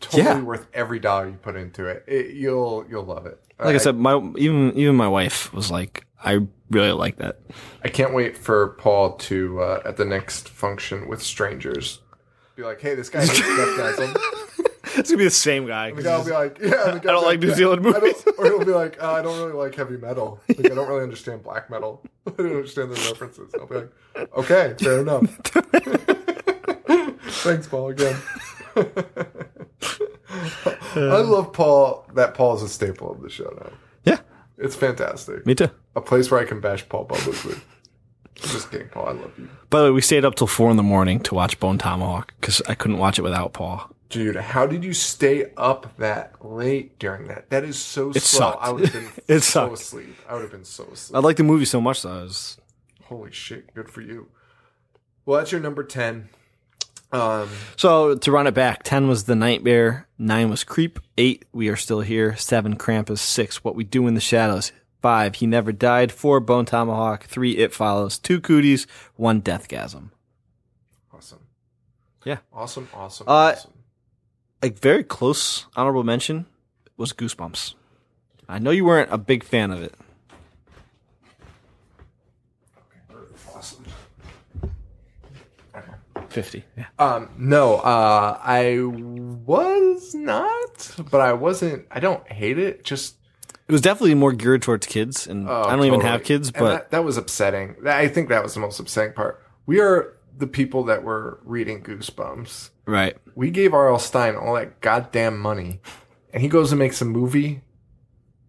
[SPEAKER 3] Totally
[SPEAKER 4] Yeah.
[SPEAKER 3] worth every dollar you put into it. it you'll you'll love it.
[SPEAKER 4] like I said, my even even my wife was like, I really like that.
[SPEAKER 3] I can't wait for Paul to uh, at the next function with strangers be like, "Hey, this guy hates Death
[SPEAKER 4] it's gonna be the same guy.
[SPEAKER 3] The guy will be like, yeah. and the
[SPEAKER 4] I
[SPEAKER 3] guy's
[SPEAKER 4] don't like New Zealand
[SPEAKER 3] I
[SPEAKER 4] movies.
[SPEAKER 3] don't, or he'll be like, uh, I don't really like heavy metal. Like, I don't really understand black metal. I don't understand the references. I'll be like, okay, fair enough. Thanks, Paul, again. I love Paul. That Paul is a staple of the show now.
[SPEAKER 4] yeah,
[SPEAKER 3] It's fantastic.
[SPEAKER 4] me too.
[SPEAKER 3] A place where I can bash Paul publicly. Just kidding, Paul. I love you.
[SPEAKER 4] By the way, we stayed up till four in the morning to watch Bone Tomahawk because I couldn't watch it without Paul.
[SPEAKER 3] Dude, how did you stay up that late during that? That is so slow.
[SPEAKER 4] sucked.
[SPEAKER 3] I would have been
[SPEAKER 4] It
[SPEAKER 3] so
[SPEAKER 4] sucked.
[SPEAKER 3] asleep. I would have been so asleep.
[SPEAKER 4] I liked the movie so much that I was
[SPEAKER 3] Holy shit, good for you. Well, that's your number 10. Um,
[SPEAKER 4] So to run it back, ten was the nightmare, nine was creep, eight we are still here, seven Krampus, six what we do in the shadows, five he never died, four bone tomahawk, three it follows, two cooties, one deathgasm.
[SPEAKER 3] awesome.
[SPEAKER 4] Yeah.
[SPEAKER 3] Awesome, awesome,
[SPEAKER 4] Uh,
[SPEAKER 3] awesome.
[SPEAKER 4] A very close honorable mention was Goosebumps. I know you weren't a big fan of it.
[SPEAKER 3] Awesome.
[SPEAKER 4] Fifty. Yeah.
[SPEAKER 3] Um, no, uh, I was not, but I wasn't, I don't hate it. Just,
[SPEAKER 4] It was definitely more geared towards kids, and
[SPEAKER 3] oh,
[SPEAKER 4] I don't even
[SPEAKER 3] totally.
[SPEAKER 4] have kids,
[SPEAKER 3] And
[SPEAKER 4] but
[SPEAKER 3] that, that was upsetting. That- I think that was the most upsetting part. We are the people that were reading Goosebumps.
[SPEAKER 4] right.
[SPEAKER 3] We gave R.L. Stein all that goddamn money, and he goes and makes a movie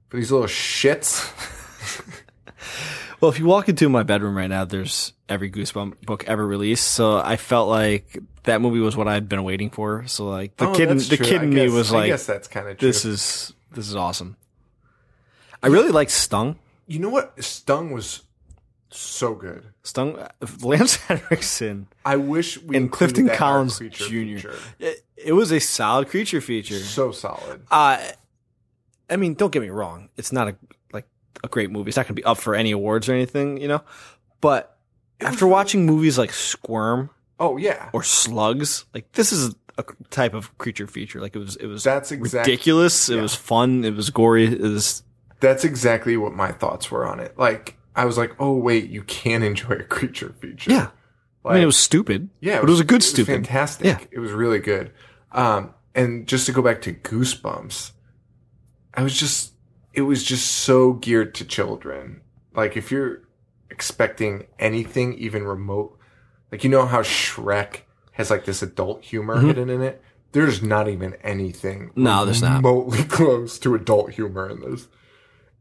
[SPEAKER 3] for these little shits.
[SPEAKER 4] Well, if you walk into my bedroom right now, there's every Goosebump book ever released. So I felt like that movie was what I'd been waiting for. So like the
[SPEAKER 3] Oh,
[SPEAKER 4] kid, in,
[SPEAKER 3] that's
[SPEAKER 4] the
[SPEAKER 3] true.
[SPEAKER 4] kid
[SPEAKER 3] I
[SPEAKER 4] in
[SPEAKER 3] guess-
[SPEAKER 4] me was
[SPEAKER 3] I
[SPEAKER 4] like,
[SPEAKER 3] guess that's kind of true.
[SPEAKER 4] this is this is awesome. I really like Stung.
[SPEAKER 3] you know what? Stung was so good.
[SPEAKER 4] Stung, Lance Henriksen.
[SPEAKER 3] I wish we
[SPEAKER 4] And
[SPEAKER 3] included
[SPEAKER 4] Clifton
[SPEAKER 3] that in our
[SPEAKER 4] Collins
[SPEAKER 3] creature
[SPEAKER 4] Jr..
[SPEAKER 3] feature.
[SPEAKER 4] It, it was a solid creature feature.
[SPEAKER 3] So solid.
[SPEAKER 4] Uh, I mean, don't get me wrong. It's not a like a great movie. It's not going to be up for any awards or anything, you know. But after watching movies like Squirm
[SPEAKER 3] Oh yeah,
[SPEAKER 4] or slugs. Like this is a c- type of creature feature. Like it was it was
[SPEAKER 3] that's exactly
[SPEAKER 4] ridiculous. It
[SPEAKER 3] yeah.
[SPEAKER 4] was fun. It was gory. It was
[SPEAKER 3] that's exactly what my thoughts were on it. Like I was like, oh wait, you can enjoy a creature feature.
[SPEAKER 4] yeah. I mean, it was stupid.
[SPEAKER 3] Yeah,
[SPEAKER 4] but it was a good stupid.
[SPEAKER 3] fantastic.
[SPEAKER 4] Yeah.
[SPEAKER 3] It was really good. Um, and just to go back to Goosebumps, I was just, it was just so geared to children. Like if you're expecting anything even remote, like you know how Shrek has like this adult humor hidden in it. There's not even anything.
[SPEAKER 4] Mm-hmm. No, there's not.
[SPEAKER 3] remotely close to adult humor in this.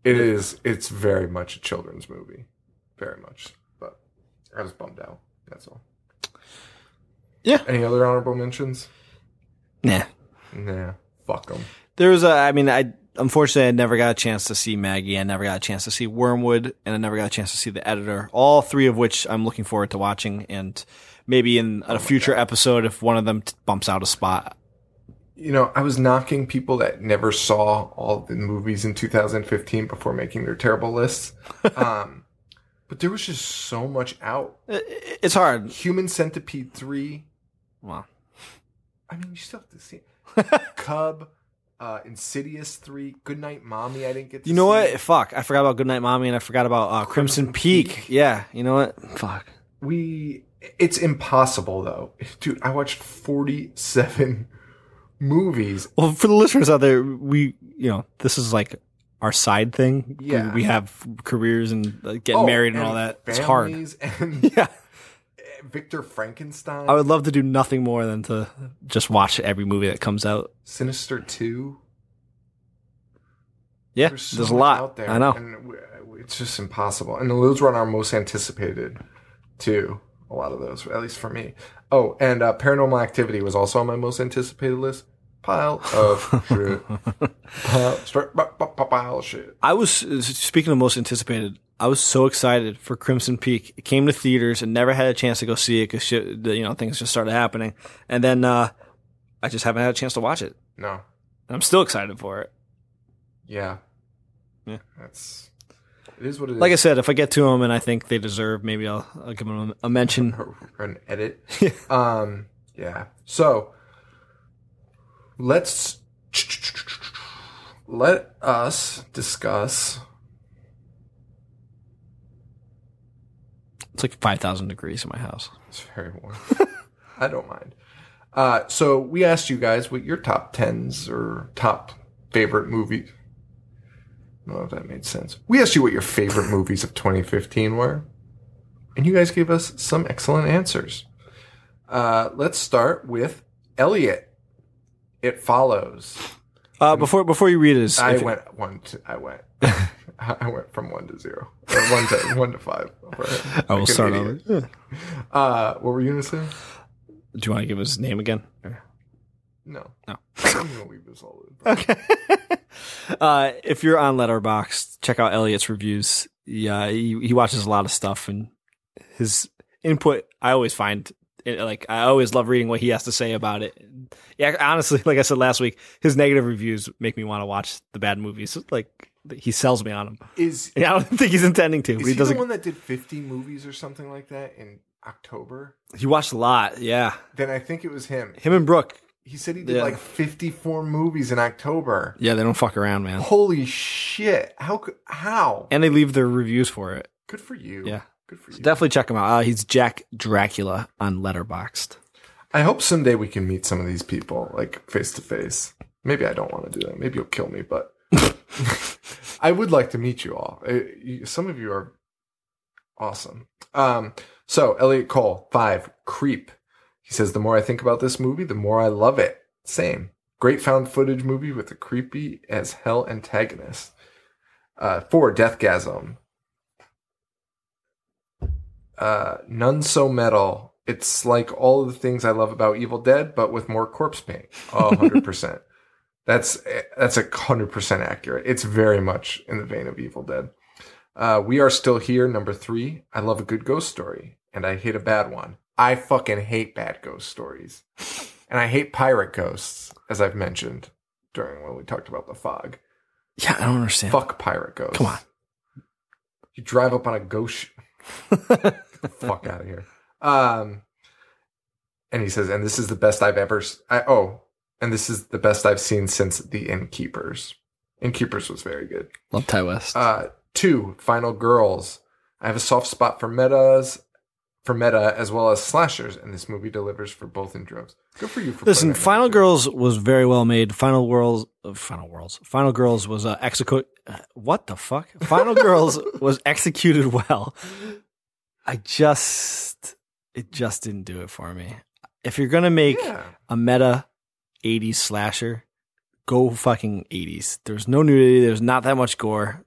[SPEAKER 3] It is. It's very much a children's movie, very much. But I was bummed out. That's all.
[SPEAKER 4] Yeah.
[SPEAKER 3] Any other honorable mentions?
[SPEAKER 4] Nah.
[SPEAKER 3] Nah. Fuck them.
[SPEAKER 4] There was a. I mean, I unfortunately I never got a chance to see Maggie. I never got a chance to see Wormwood, and I never got a chance to see the editor. All three of which I'm looking forward to watching, and maybe in a future episode if one of them t- bumps out a spot.
[SPEAKER 3] You know, I was knocking people that never saw all the movies in 2015 before making their terrible lists. um, but there was just so much out.
[SPEAKER 4] I- I- It's hard.
[SPEAKER 3] Human Centipede 3.
[SPEAKER 4] Well,
[SPEAKER 3] I mean, you still have to see it. Cub, uh, Insidious 3, Goodnight Mommy. I didn't get to
[SPEAKER 4] You know
[SPEAKER 3] see.
[SPEAKER 4] what? Fuck. I forgot about Goodnight Mommy and I forgot about uh, Crimson Peak. Yeah. You know what? Fuck.
[SPEAKER 3] we it's impossible though dude i watched 47 movies
[SPEAKER 4] Well, for the listeners out there, we, you know, this is like our side thing. We-
[SPEAKER 3] Yeah.
[SPEAKER 4] We, have careers and like, getting
[SPEAKER 3] Oh,
[SPEAKER 4] married and, all that. It's hard.
[SPEAKER 3] families and
[SPEAKER 4] Yeah.
[SPEAKER 3] victor frankenstein
[SPEAKER 4] I would love to do nothing more than to just watch every movie that comes out.
[SPEAKER 3] sinister 2
[SPEAKER 4] Yeah. There's,
[SPEAKER 3] so
[SPEAKER 4] a
[SPEAKER 3] much
[SPEAKER 4] lot.
[SPEAKER 3] out there
[SPEAKER 4] I know.
[SPEAKER 3] and we- it's just impossible and those were on our most anticipated too a lot of those at least for me oh and uh, paranormal activity was also on my most anticipated list pile of shit pile, start, pile of shit
[SPEAKER 4] I was uh, speaking of most anticipated. I was so excited for Crimson Peak. It came to theaters and never had a chance to go see it because you know things just started happening. And then uh, I just haven't had a chance to watch it.
[SPEAKER 3] no
[SPEAKER 4] And I'm still excited for it.
[SPEAKER 3] Yeah.
[SPEAKER 4] Yeah.
[SPEAKER 3] That's it is what it is.
[SPEAKER 4] Like I said, if I get to them and I think they deserve, maybe I'll, I'll give them a mention.
[SPEAKER 3] or an edit. um yeah. So let's let us discuss
[SPEAKER 4] It's like five thousand degrees in my house.
[SPEAKER 3] it's very warm. I don't mind. Uh, so we asked you guys what your top tens or top favorite movies. I don't know if that made sense. We asked you what your favorite movies of 2015 were, and you guys gave us some excellent answers. Uh, let's start with Elliot. It follows.
[SPEAKER 4] Uh, before before you read this,
[SPEAKER 3] I
[SPEAKER 4] if-
[SPEAKER 3] went one. To, I went. I went from one to zero, or one to one to five.
[SPEAKER 4] I will
[SPEAKER 3] Like an
[SPEAKER 4] start
[SPEAKER 3] idiot.
[SPEAKER 4] over. Do
[SPEAKER 3] Uh, what were you gonna say?
[SPEAKER 4] you want to give his name again?
[SPEAKER 3] No,
[SPEAKER 4] No.
[SPEAKER 3] I'm gonna leave this all. in.
[SPEAKER 4] Uh, if you're on Letterboxd, check out Elliot's reviews. Yeah, he, he watches a lot of stuff, and his input I always find it, like I always love reading what he has to say about it. Yeah, honestly, like I said last week, his negative reviews make me want to watch the bad movies. Like he sells me on them.
[SPEAKER 3] Is
[SPEAKER 4] And I don't think he's intending to. but
[SPEAKER 3] is
[SPEAKER 4] he
[SPEAKER 3] he the
[SPEAKER 4] doesn't.
[SPEAKER 3] one that did 50 movies or something like that in October?
[SPEAKER 4] he watched a lot. Yeah,
[SPEAKER 3] Then I think it was him.
[SPEAKER 4] him and Brooke.
[SPEAKER 3] He said he did
[SPEAKER 4] Yeah.
[SPEAKER 3] like 54 movies in October.
[SPEAKER 4] Yeah, they don't fuck around, man.
[SPEAKER 3] Holy shit! How? cou- How?
[SPEAKER 4] And they leave their reviews for it.
[SPEAKER 3] Good for you.
[SPEAKER 4] Yeah.
[SPEAKER 3] Good for you.
[SPEAKER 4] So definitely check him out. Uh, he's Jack Dracula on Letterboxd.
[SPEAKER 3] I hope someday we can meet some of these people like face to face. Maybe I don't want to do that. Maybe you'll kill me, but I would like to meet you all. Uh, you- Some of you are awesome. Um, so Elliot Cole, five, creep. He says, the more I think about this movie, the more I love it. Same. Great found footage movie with a creepy as hell antagonist. Uh, four, Deathgasm. Uh, none so metal. It's like all of the things I love about Evil Dead, but with more corpse paint. Oh, 100%. that's that's a 100% accurate. It's very much in the vein of Evil Dead. Uh, we are still here, number three. I love a good ghost story, and I hate a bad one. I fucking hate bad ghost stories. And I hate pirate ghosts, as I've mentioned during when we talked about the fog.
[SPEAKER 4] Yeah, I don't understand.
[SPEAKER 3] Fuck pirate ghosts.
[SPEAKER 4] Come on.
[SPEAKER 3] You drive up on a ghost. Sh- fuck out of here. Um, and he says, and this is the best I've ever. s- I, oh, and this is the best I've seen since the Innkeepers. Innkeepers was very good.
[SPEAKER 4] Love Ty West.
[SPEAKER 3] Uh, two final girls. I have a soft spot for metas, for meta as well as slashers, and this movie delivers for both in droves. Good for you. For
[SPEAKER 4] Listen,
[SPEAKER 3] putting that
[SPEAKER 4] Final
[SPEAKER 3] in.
[SPEAKER 4] Girls was very well made. Final Worlds, uh, Final Worlds, Final Girls was uh, executed. What the fuck? Final Girls was executed well. I just, it just didn't do it for me. If you're gonna make
[SPEAKER 3] Yeah.
[SPEAKER 4] a meta 80s slasher, go fucking 80s. There's no nudity. There's not that much gore.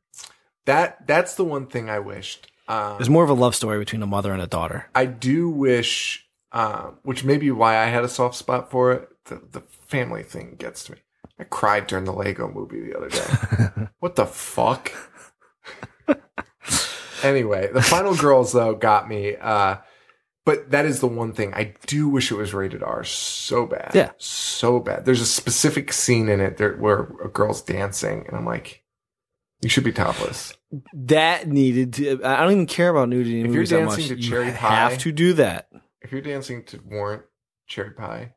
[SPEAKER 3] That that's the one thing I wished. Um,
[SPEAKER 4] There's more of a love story between a mother and a daughter.
[SPEAKER 3] I do wish, um, which may be why I had a soft spot for it. The, the family thing gets to me. I cried during the Lego movie the other day. what the fuck? anyway, the final girls though got me. Uh, but that is the one thing I do wish it was rated R so bad.
[SPEAKER 4] Yeah.
[SPEAKER 3] so bad. There's a specific scene in it there where a girl's dancing, and I'm like, you should be topless.
[SPEAKER 4] That needed to. I don't even care about nudity. In
[SPEAKER 3] If you're
[SPEAKER 4] movies that
[SPEAKER 3] dancing
[SPEAKER 4] much.
[SPEAKER 3] to Cherry
[SPEAKER 4] you have
[SPEAKER 3] Pie-
[SPEAKER 4] to do that,
[SPEAKER 3] If you're dancing to warrant cherry pie,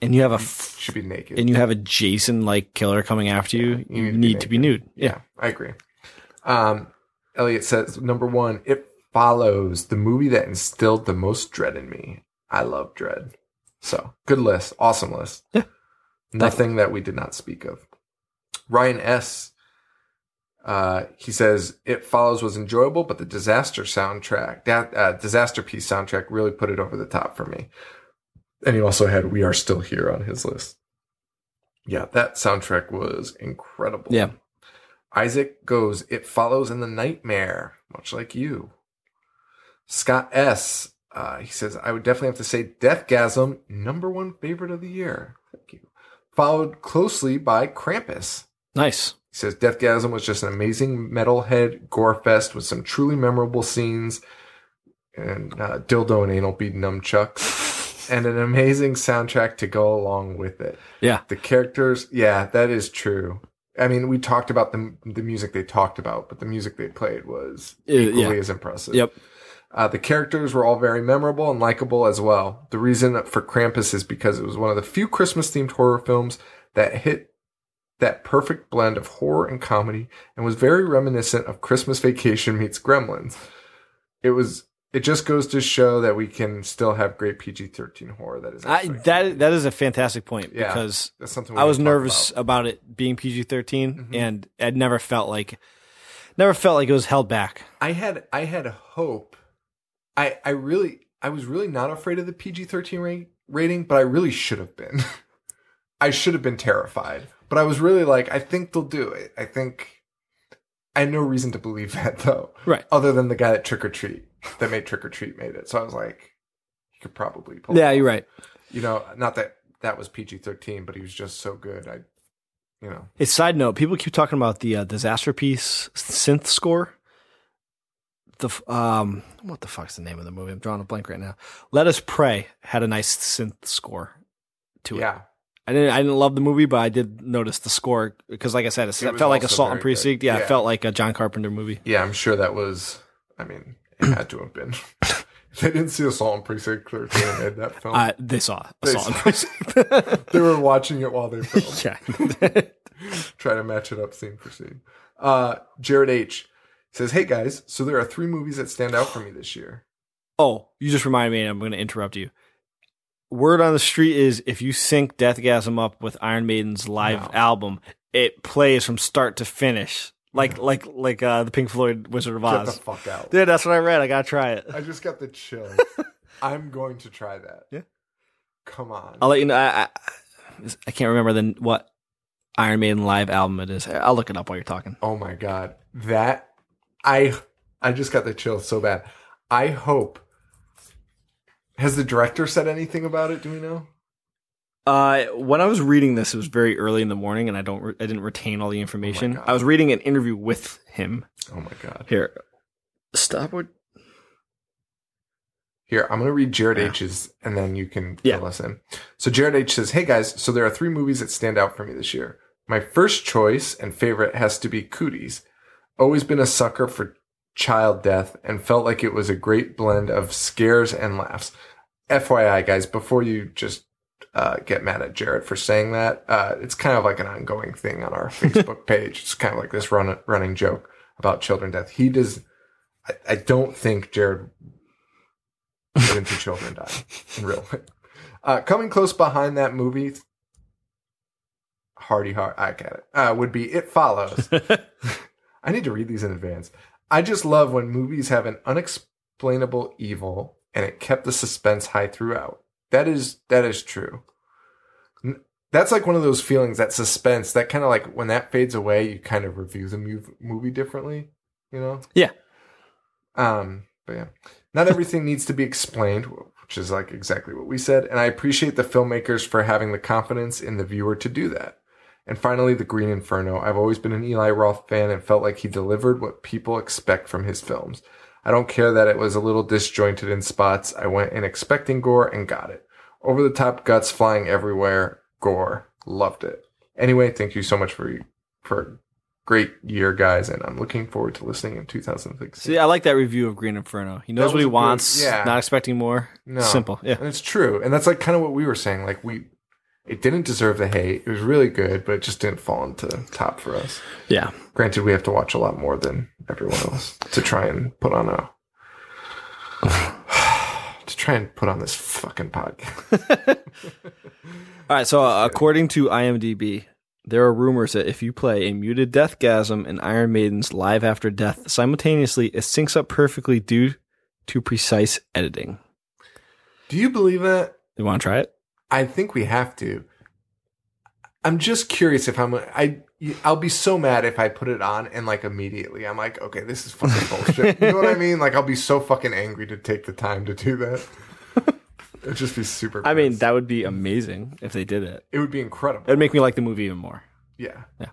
[SPEAKER 4] and you have
[SPEAKER 3] you
[SPEAKER 4] a f-
[SPEAKER 3] should be naked.
[SPEAKER 4] and you have a Jason like killer coming after you,
[SPEAKER 3] you need
[SPEAKER 4] you
[SPEAKER 3] to be
[SPEAKER 4] need to be nude.
[SPEAKER 3] yeah, I agree. Um, Elliot says number one, it follows the movie that instilled the most dread in me. I love dread. So good list, awesome list.
[SPEAKER 4] Yeah.
[SPEAKER 3] nothing that we did not speak of. Ryan S. Uh, he says it follows was enjoyable, but the disaster soundtrack, that uh, disaster piece soundtrack, really put it over the top for me. And he also had "We Are Still Here" on his list. Yeah, that soundtrack was incredible.
[SPEAKER 4] Yeah.
[SPEAKER 3] Isaac goes, It follows in the nightmare, much like you. Scott S. Uh, he says, I would definitely have to say Deathgasm, number one favorite of the year. Thank you. Followed closely by Krampus.
[SPEAKER 4] Nice.
[SPEAKER 3] He says Deathgasm was just an amazing metalhead gore fest with some truly memorable scenes and uh, dildo and anal bead nunchucks and an amazing soundtrack to go along with it.
[SPEAKER 4] Yeah.
[SPEAKER 3] The characters, yeah, that is true. I mean, we talked about the the music they talked about, but the music they played was
[SPEAKER 4] Uh, Yeah,
[SPEAKER 3] equally
[SPEAKER 4] yeah.
[SPEAKER 3] as impressive.
[SPEAKER 4] Yep.
[SPEAKER 3] Uh, the characters were all very memorable and likable as well. The reason for Krampus is because it was one of the few Christmas themed horror films that hit that perfect blend of horror and comedy and was very reminiscent of Christmas Vacation meets Gremlins. It was it just goes to show that we can still have great PG thirteen horror that is
[SPEAKER 4] I,
[SPEAKER 3] excellent.
[SPEAKER 4] that that is a fantastic point
[SPEAKER 3] Yeah.
[SPEAKER 4] because
[SPEAKER 3] that's something we
[SPEAKER 4] I was
[SPEAKER 3] can talk
[SPEAKER 4] nervous
[SPEAKER 3] about. Mm-hmm.
[SPEAKER 4] about. it being PG 13 and it never felt like never felt like it was held back.
[SPEAKER 3] I had I had hope. I I really I was really not afraid of the PG thirteen ra- rating, but I really should have been. I should have been terrified, but I was really like, I think they'll do it. I think I had no reason to believe that though,
[SPEAKER 4] Right.
[SPEAKER 3] other than the guy that Trick or Treat that made Trick or Treat made it. So I was like, he could probably pull. it
[SPEAKER 4] Yeah,
[SPEAKER 3] off.
[SPEAKER 4] you're right.
[SPEAKER 3] You know, not that that was PG thirteen, but he was just so good. I, you know,
[SPEAKER 4] It's side note, people keep talking about the uh, disaster piece synth score. The f- um what the fuck's the name of the movie? I'm drawing a blank right now. Let Us Pray had a nice synth score to it.
[SPEAKER 3] yeah,
[SPEAKER 4] I didn't I didn't love the movie, but I did notice the score because like I said, it's,
[SPEAKER 3] It
[SPEAKER 4] it
[SPEAKER 3] was
[SPEAKER 4] felt like
[SPEAKER 3] also
[SPEAKER 4] Assault and
[SPEAKER 3] very good.
[SPEAKER 4] Precinct. Yeah,
[SPEAKER 3] Yeah.
[SPEAKER 4] it felt like a John Carpenter movie.
[SPEAKER 3] Yeah, I'm sure that was. I mean, it had to have been. if they didn't see Assault on Precinct 13 and made that film,
[SPEAKER 4] Uh, they saw Assault and
[SPEAKER 3] Oh. saw-
[SPEAKER 4] Precinct.
[SPEAKER 3] they were watching it while they filmed,
[SPEAKER 4] yeah.
[SPEAKER 3] trying to match it up scene for scene. Uh, Jared H says, "Hey guys, so there are three movies that stand out for me this year.
[SPEAKER 4] Oh, you just reminded me, and I'm going to interrupt you. Word on the street is if you sync Deathgasm up with Iron Maiden's live
[SPEAKER 3] No.
[SPEAKER 4] album, it plays from start to finish, like like like uh, the Pink Floyd Wizard of
[SPEAKER 3] Get the
[SPEAKER 4] Oz.
[SPEAKER 3] fuck out!
[SPEAKER 4] Dude, that's what I read. I gotta try it.
[SPEAKER 3] I just got the chills. I'm going to try that.
[SPEAKER 4] Yeah.
[SPEAKER 3] come on.
[SPEAKER 4] I'll let you know. I, I, I can't remember the what Iron Maiden live album it is. I'll look it up while you're talking.
[SPEAKER 3] Oh my god. That I I just got the chills so bad. I hope has the director said anything about it? Do we know?
[SPEAKER 4] Uh, when I was reading this, it was very early in the morning, and I don't re- I didn't retain all the information.
[SPEAKER 3] God.
[SPEAKER 4] I was reading an interview with him.
[SPEAKER 3] Oh my god.
[SPEAKER 4] Here, stop what
[SPEAKER 3] Here, I'm going to read Jared H's and then you can
[SPEAKER 4] Yeah.
[SPEAKER 3] fill us in. So Jared H says, "Hey guys, so there are three movies that stand out for me this year. My first choice and favorite has to be Cooties. Always been a sucker for child death and felt like it was a great blend of scares and laughs. FYI, guys, before you just uh, get mad at Jared for saying that, uh, it's kind of like an ongoing thing on our Facebook page. It's kind of like this run, running joke about children death. He does. I, I don't think Jared went into children die in real life. Uh, coming close behind that movie, Hardy Hard, I get it, uh, would be It Follows. I need to read these in advance. I just love when movies have an unexplainable evil and it kept the suspense high throughout. That is that is true. N- That's like one of those feelings, that suspense, that kind of like when that fades away, you kind of review the mov- movie differently, you know?
[SPEAKER 4] Yeah.
[SPEAKER 3] Um, but yeah, not everything needs to be explained, which is like exactly what we said. And I appreciate the filmmakers for having the confidence in the viewer to do that. And finally, The Green Inferno. I've always been an Eli Roth fan and felt like he delivered what people expect from his films. I don't care that it was a little disjointed in spots. I went in expecting gore and got it. Over the top guts flying everywhere. Gore. Loved it. Anyway, thank you so much for for a great year, guys, and I'm looking forward to listening in 2016.
[SPEAKER 4] See, I like that review of Green Inferno. He knows
[SPEAKER 3] That
[SPEAKER 4] what he
[SPEAKER 3] was good.
[SPEAKER 4] wants.
[SPEAKER 3] Yeah.
[SPEAKER 4] Not expecting more.
[SPEAKER 3] No.
[SPEAKER 4] Simple. Yeah.
[SPEAKER 3] And it's true. And that's like kind of what we were saying. Like we it didn't deserve the hate. It was really good, but it just didn't fall into top for us.
[SPEAKER 4] Yeah.
[SPEAKER 3] Granted, we have to watch a lot more than everyone else to try and put on a to try and put on this fucking podcast.
[SPEAKER 4] All right. So, uh, according to IMDb, there are rumors that if you play a muted Deathgasm and Iron Maiden's Live After Death simultaneously, it syncs up perfectly due to precise editing.
[SPEAKER 3] Do you believe that?
[SPEAKER 4] You want to try it?
[SPEAKER 3] I think we have to. I'm just curious if I'm I I'll be so mad if I put it on and like immediately I'm like okay this is fucking bullshit. you know what I mean? Like I'll be so fucking angry to take the time to do that. It'd just be super.
[SPEAKER 4] I mean,
[SPEAKER 3] pissed.
[SPEAKER 4] that would be amazing if they did it.
[SPEAKER 3] it would be incredible.
[SPEAKER 4] It would make me like the movie even more.
[SPEAKER 3] Yeah.
[SPEAKER 4] Yeah.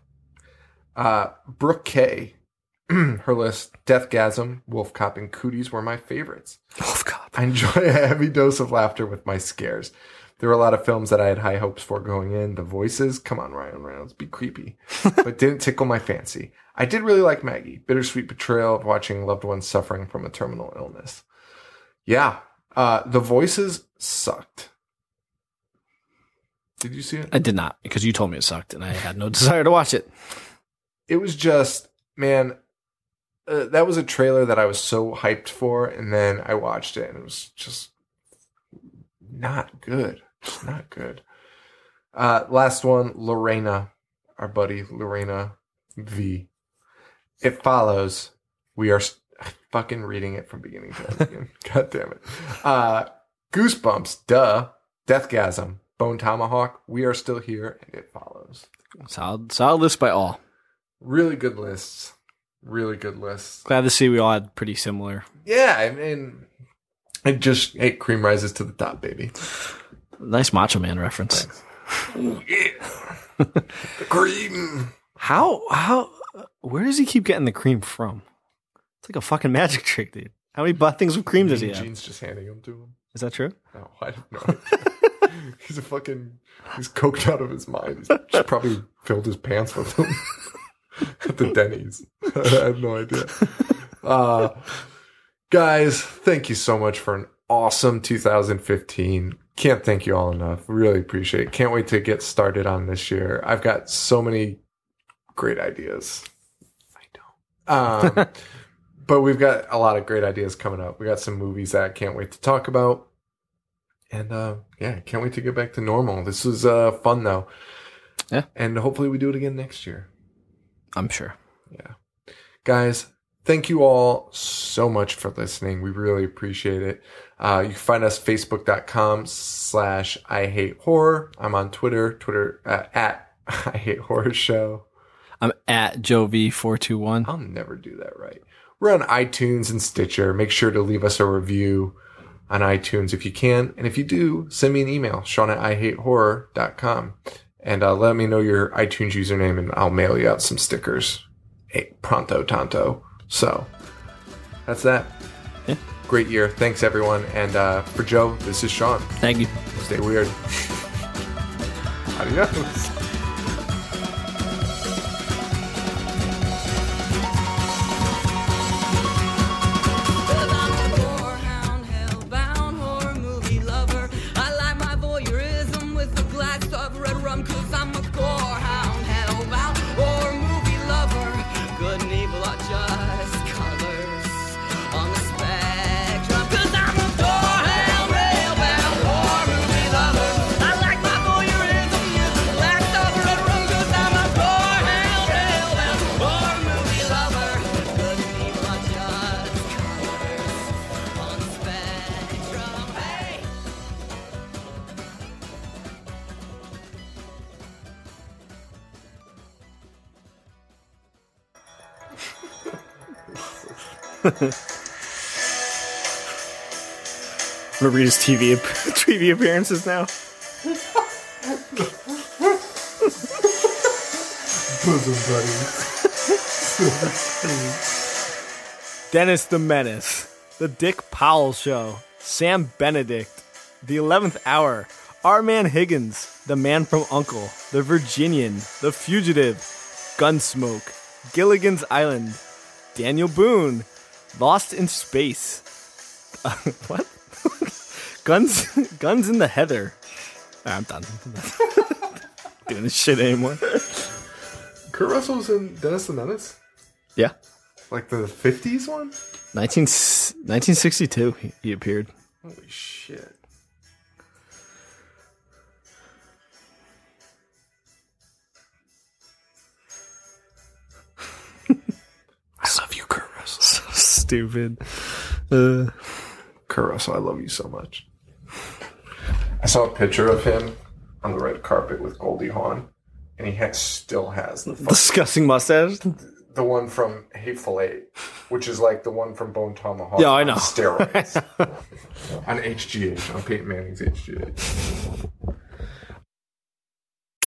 [SPEAKER 3] Uh, Brooke K. her list Deathgasm, Wolf Cop, and Cooties were my favorites.
[SPEAKER 4] Oh, God.
[SPEAKER 3] I enjoy a heavy dose of laughter with my scares. There were a lot of films that I had high hopes for going in. The voices, come on, Ryan Reynolds, be creepy, but didn't tickle my fancy. I did really like Maggie, bittersweet betrayal of watching loved ones suffering from a terminal illness. Yeah, uh, the voices sucked. Did you see it?
[SPEAKER 4] I did not because you told me it sucked and I had no desire to watch it.
[SPEAKER 3] it was just man uh, that was a trailer that I was so hyped for, and then I watched it, and it was just not good. Just not good. Uh, last one, Lorena, our buddy Lorena V. It follows. We are s- fucking reading it from beginning to end. again. God damn it. Uh, Goosebumps, duh. Deathgasm, Bone Tomahawk. We are still here, and it follows.
[SPEAKER 4] Solid, solid list by all.
[SPEAKER 3] Really good lists. Really good lists.
[SPEAKER 4] Glad to see we all had pretty similar.
[SPEAKER 3] Yeah, I mean, it just it cream rises to the top, baby.
[SPEAKER 4] Nice Macho Man reference. Mm.
[SPEAKER 3] The cream.
[SPEAKER 4] How how where does he keep getting the cream from? It's like a fucking magic trick, dude. How many butt things with cream does he have?
[SPEAKER 3] Gene's just handing them to him.
[SPEAKER 4] Is that true?
[SPEAKER 3] No, Oh, I don't know. he's a fucking. He's coked out of his mind. He's probably filled his pants with them at the Denny's. I have no idea. Uh, guys, thank you so much for an awesome 2015. Can't thank you all enough. Really appreciate it. Can't wait to get started on this year. I've got so many great ideas. I don't. Um, but we've got a lot of great ideas coming up. We got some movies that I can't wait to talk about. And uh, yeah, can't wait to get back to normal. This was uh, fun though.
[SPEAKER 4] Yeah.
[SPEAKER 3] And hopefully we do it again next year.
[SPEAKER 4] I'm sure.
[SPEAKER 3] Guys, thank you all so much for listening. We really appreciate it. Uh, you can find us facebook.com slash I hate horror. I'm on Twitter, Twitter uh, at I hate horror show.
[SPEAKER 4] I'm at Joe V four two one.
[SPEAKER 3] I'll never do that right. We're on iTunes and Stitcher. Make sure to leave us a review on iTunes if you can. And if you do, send me an email, Sean at ihatehorror.com. And uh, let me know your iTunes username and I'll mail you out some stickers. Hey, pronto tanto. So that's that.
[SPEAKER 4] Yeah.
[SPEAKER 3] Great year. Thanks, everyone. And uh, for Joe, this is Sean.
[SPEAKER 4] Thank you.
[SPEAKER 3] Stay weird. Adios.
[SPEAKER 2] About whorehound, hellbound, horror movie lover. I like my voyeurism with a glass of red rum, cause I'm a whorehound, hellbound, horror movie lover. Good and evil are just colors on the spectrum, cause I'm a whorehound, hellbound, horror movie lover. I like my voyeurism with a glass of red rum, cause I'm a whorehound, hellbound, horror movie lover. Good and evil are just colors on the spectrum. Hey!
[SPEAKER 4] I'm gonna read his TV ap- TV appearances now. Dennis the Menace, The Dick Powell Show, Sam Benedict, The Eleventh Hour, Our Man Higgins, The Man from Uncle, The Virginian, The Fugitive, Gunsmoke, Gilligan's Island, Daniel Boone, Lost in Space. Uh, what? guns, guns in the heather. Ah, I'm done. I'm not doing this shit anymore.
[SPEAKER 3] Kurt Russell's in Dennis the Menace?
[SPEAKER 4] Yeah.
[SPEAKER 3] Like the 50s one?
[SPEAKER 4] 19, 1962, he, he appeared.
[SPEAKER 3] Holy shit.
[SPEAKER 4] I love you, Kurt Russell. So stupid. Uh,
[SPEAKER 3] Kurt Russell, I love you so much. I saw a picture of him on the red carpet with Goldie Hawn, and he ha- still has the, fu-
[SPEAKER 4] disgusting mustache.
[SPEAKER 3] the one from Hateful Eight, which is like the one from Bone Tomahawk.
[SPEAKER 4] Yeah, I know.
[SPEAKER 3] On steroids. on HGH, on Peyton Manning's HGH.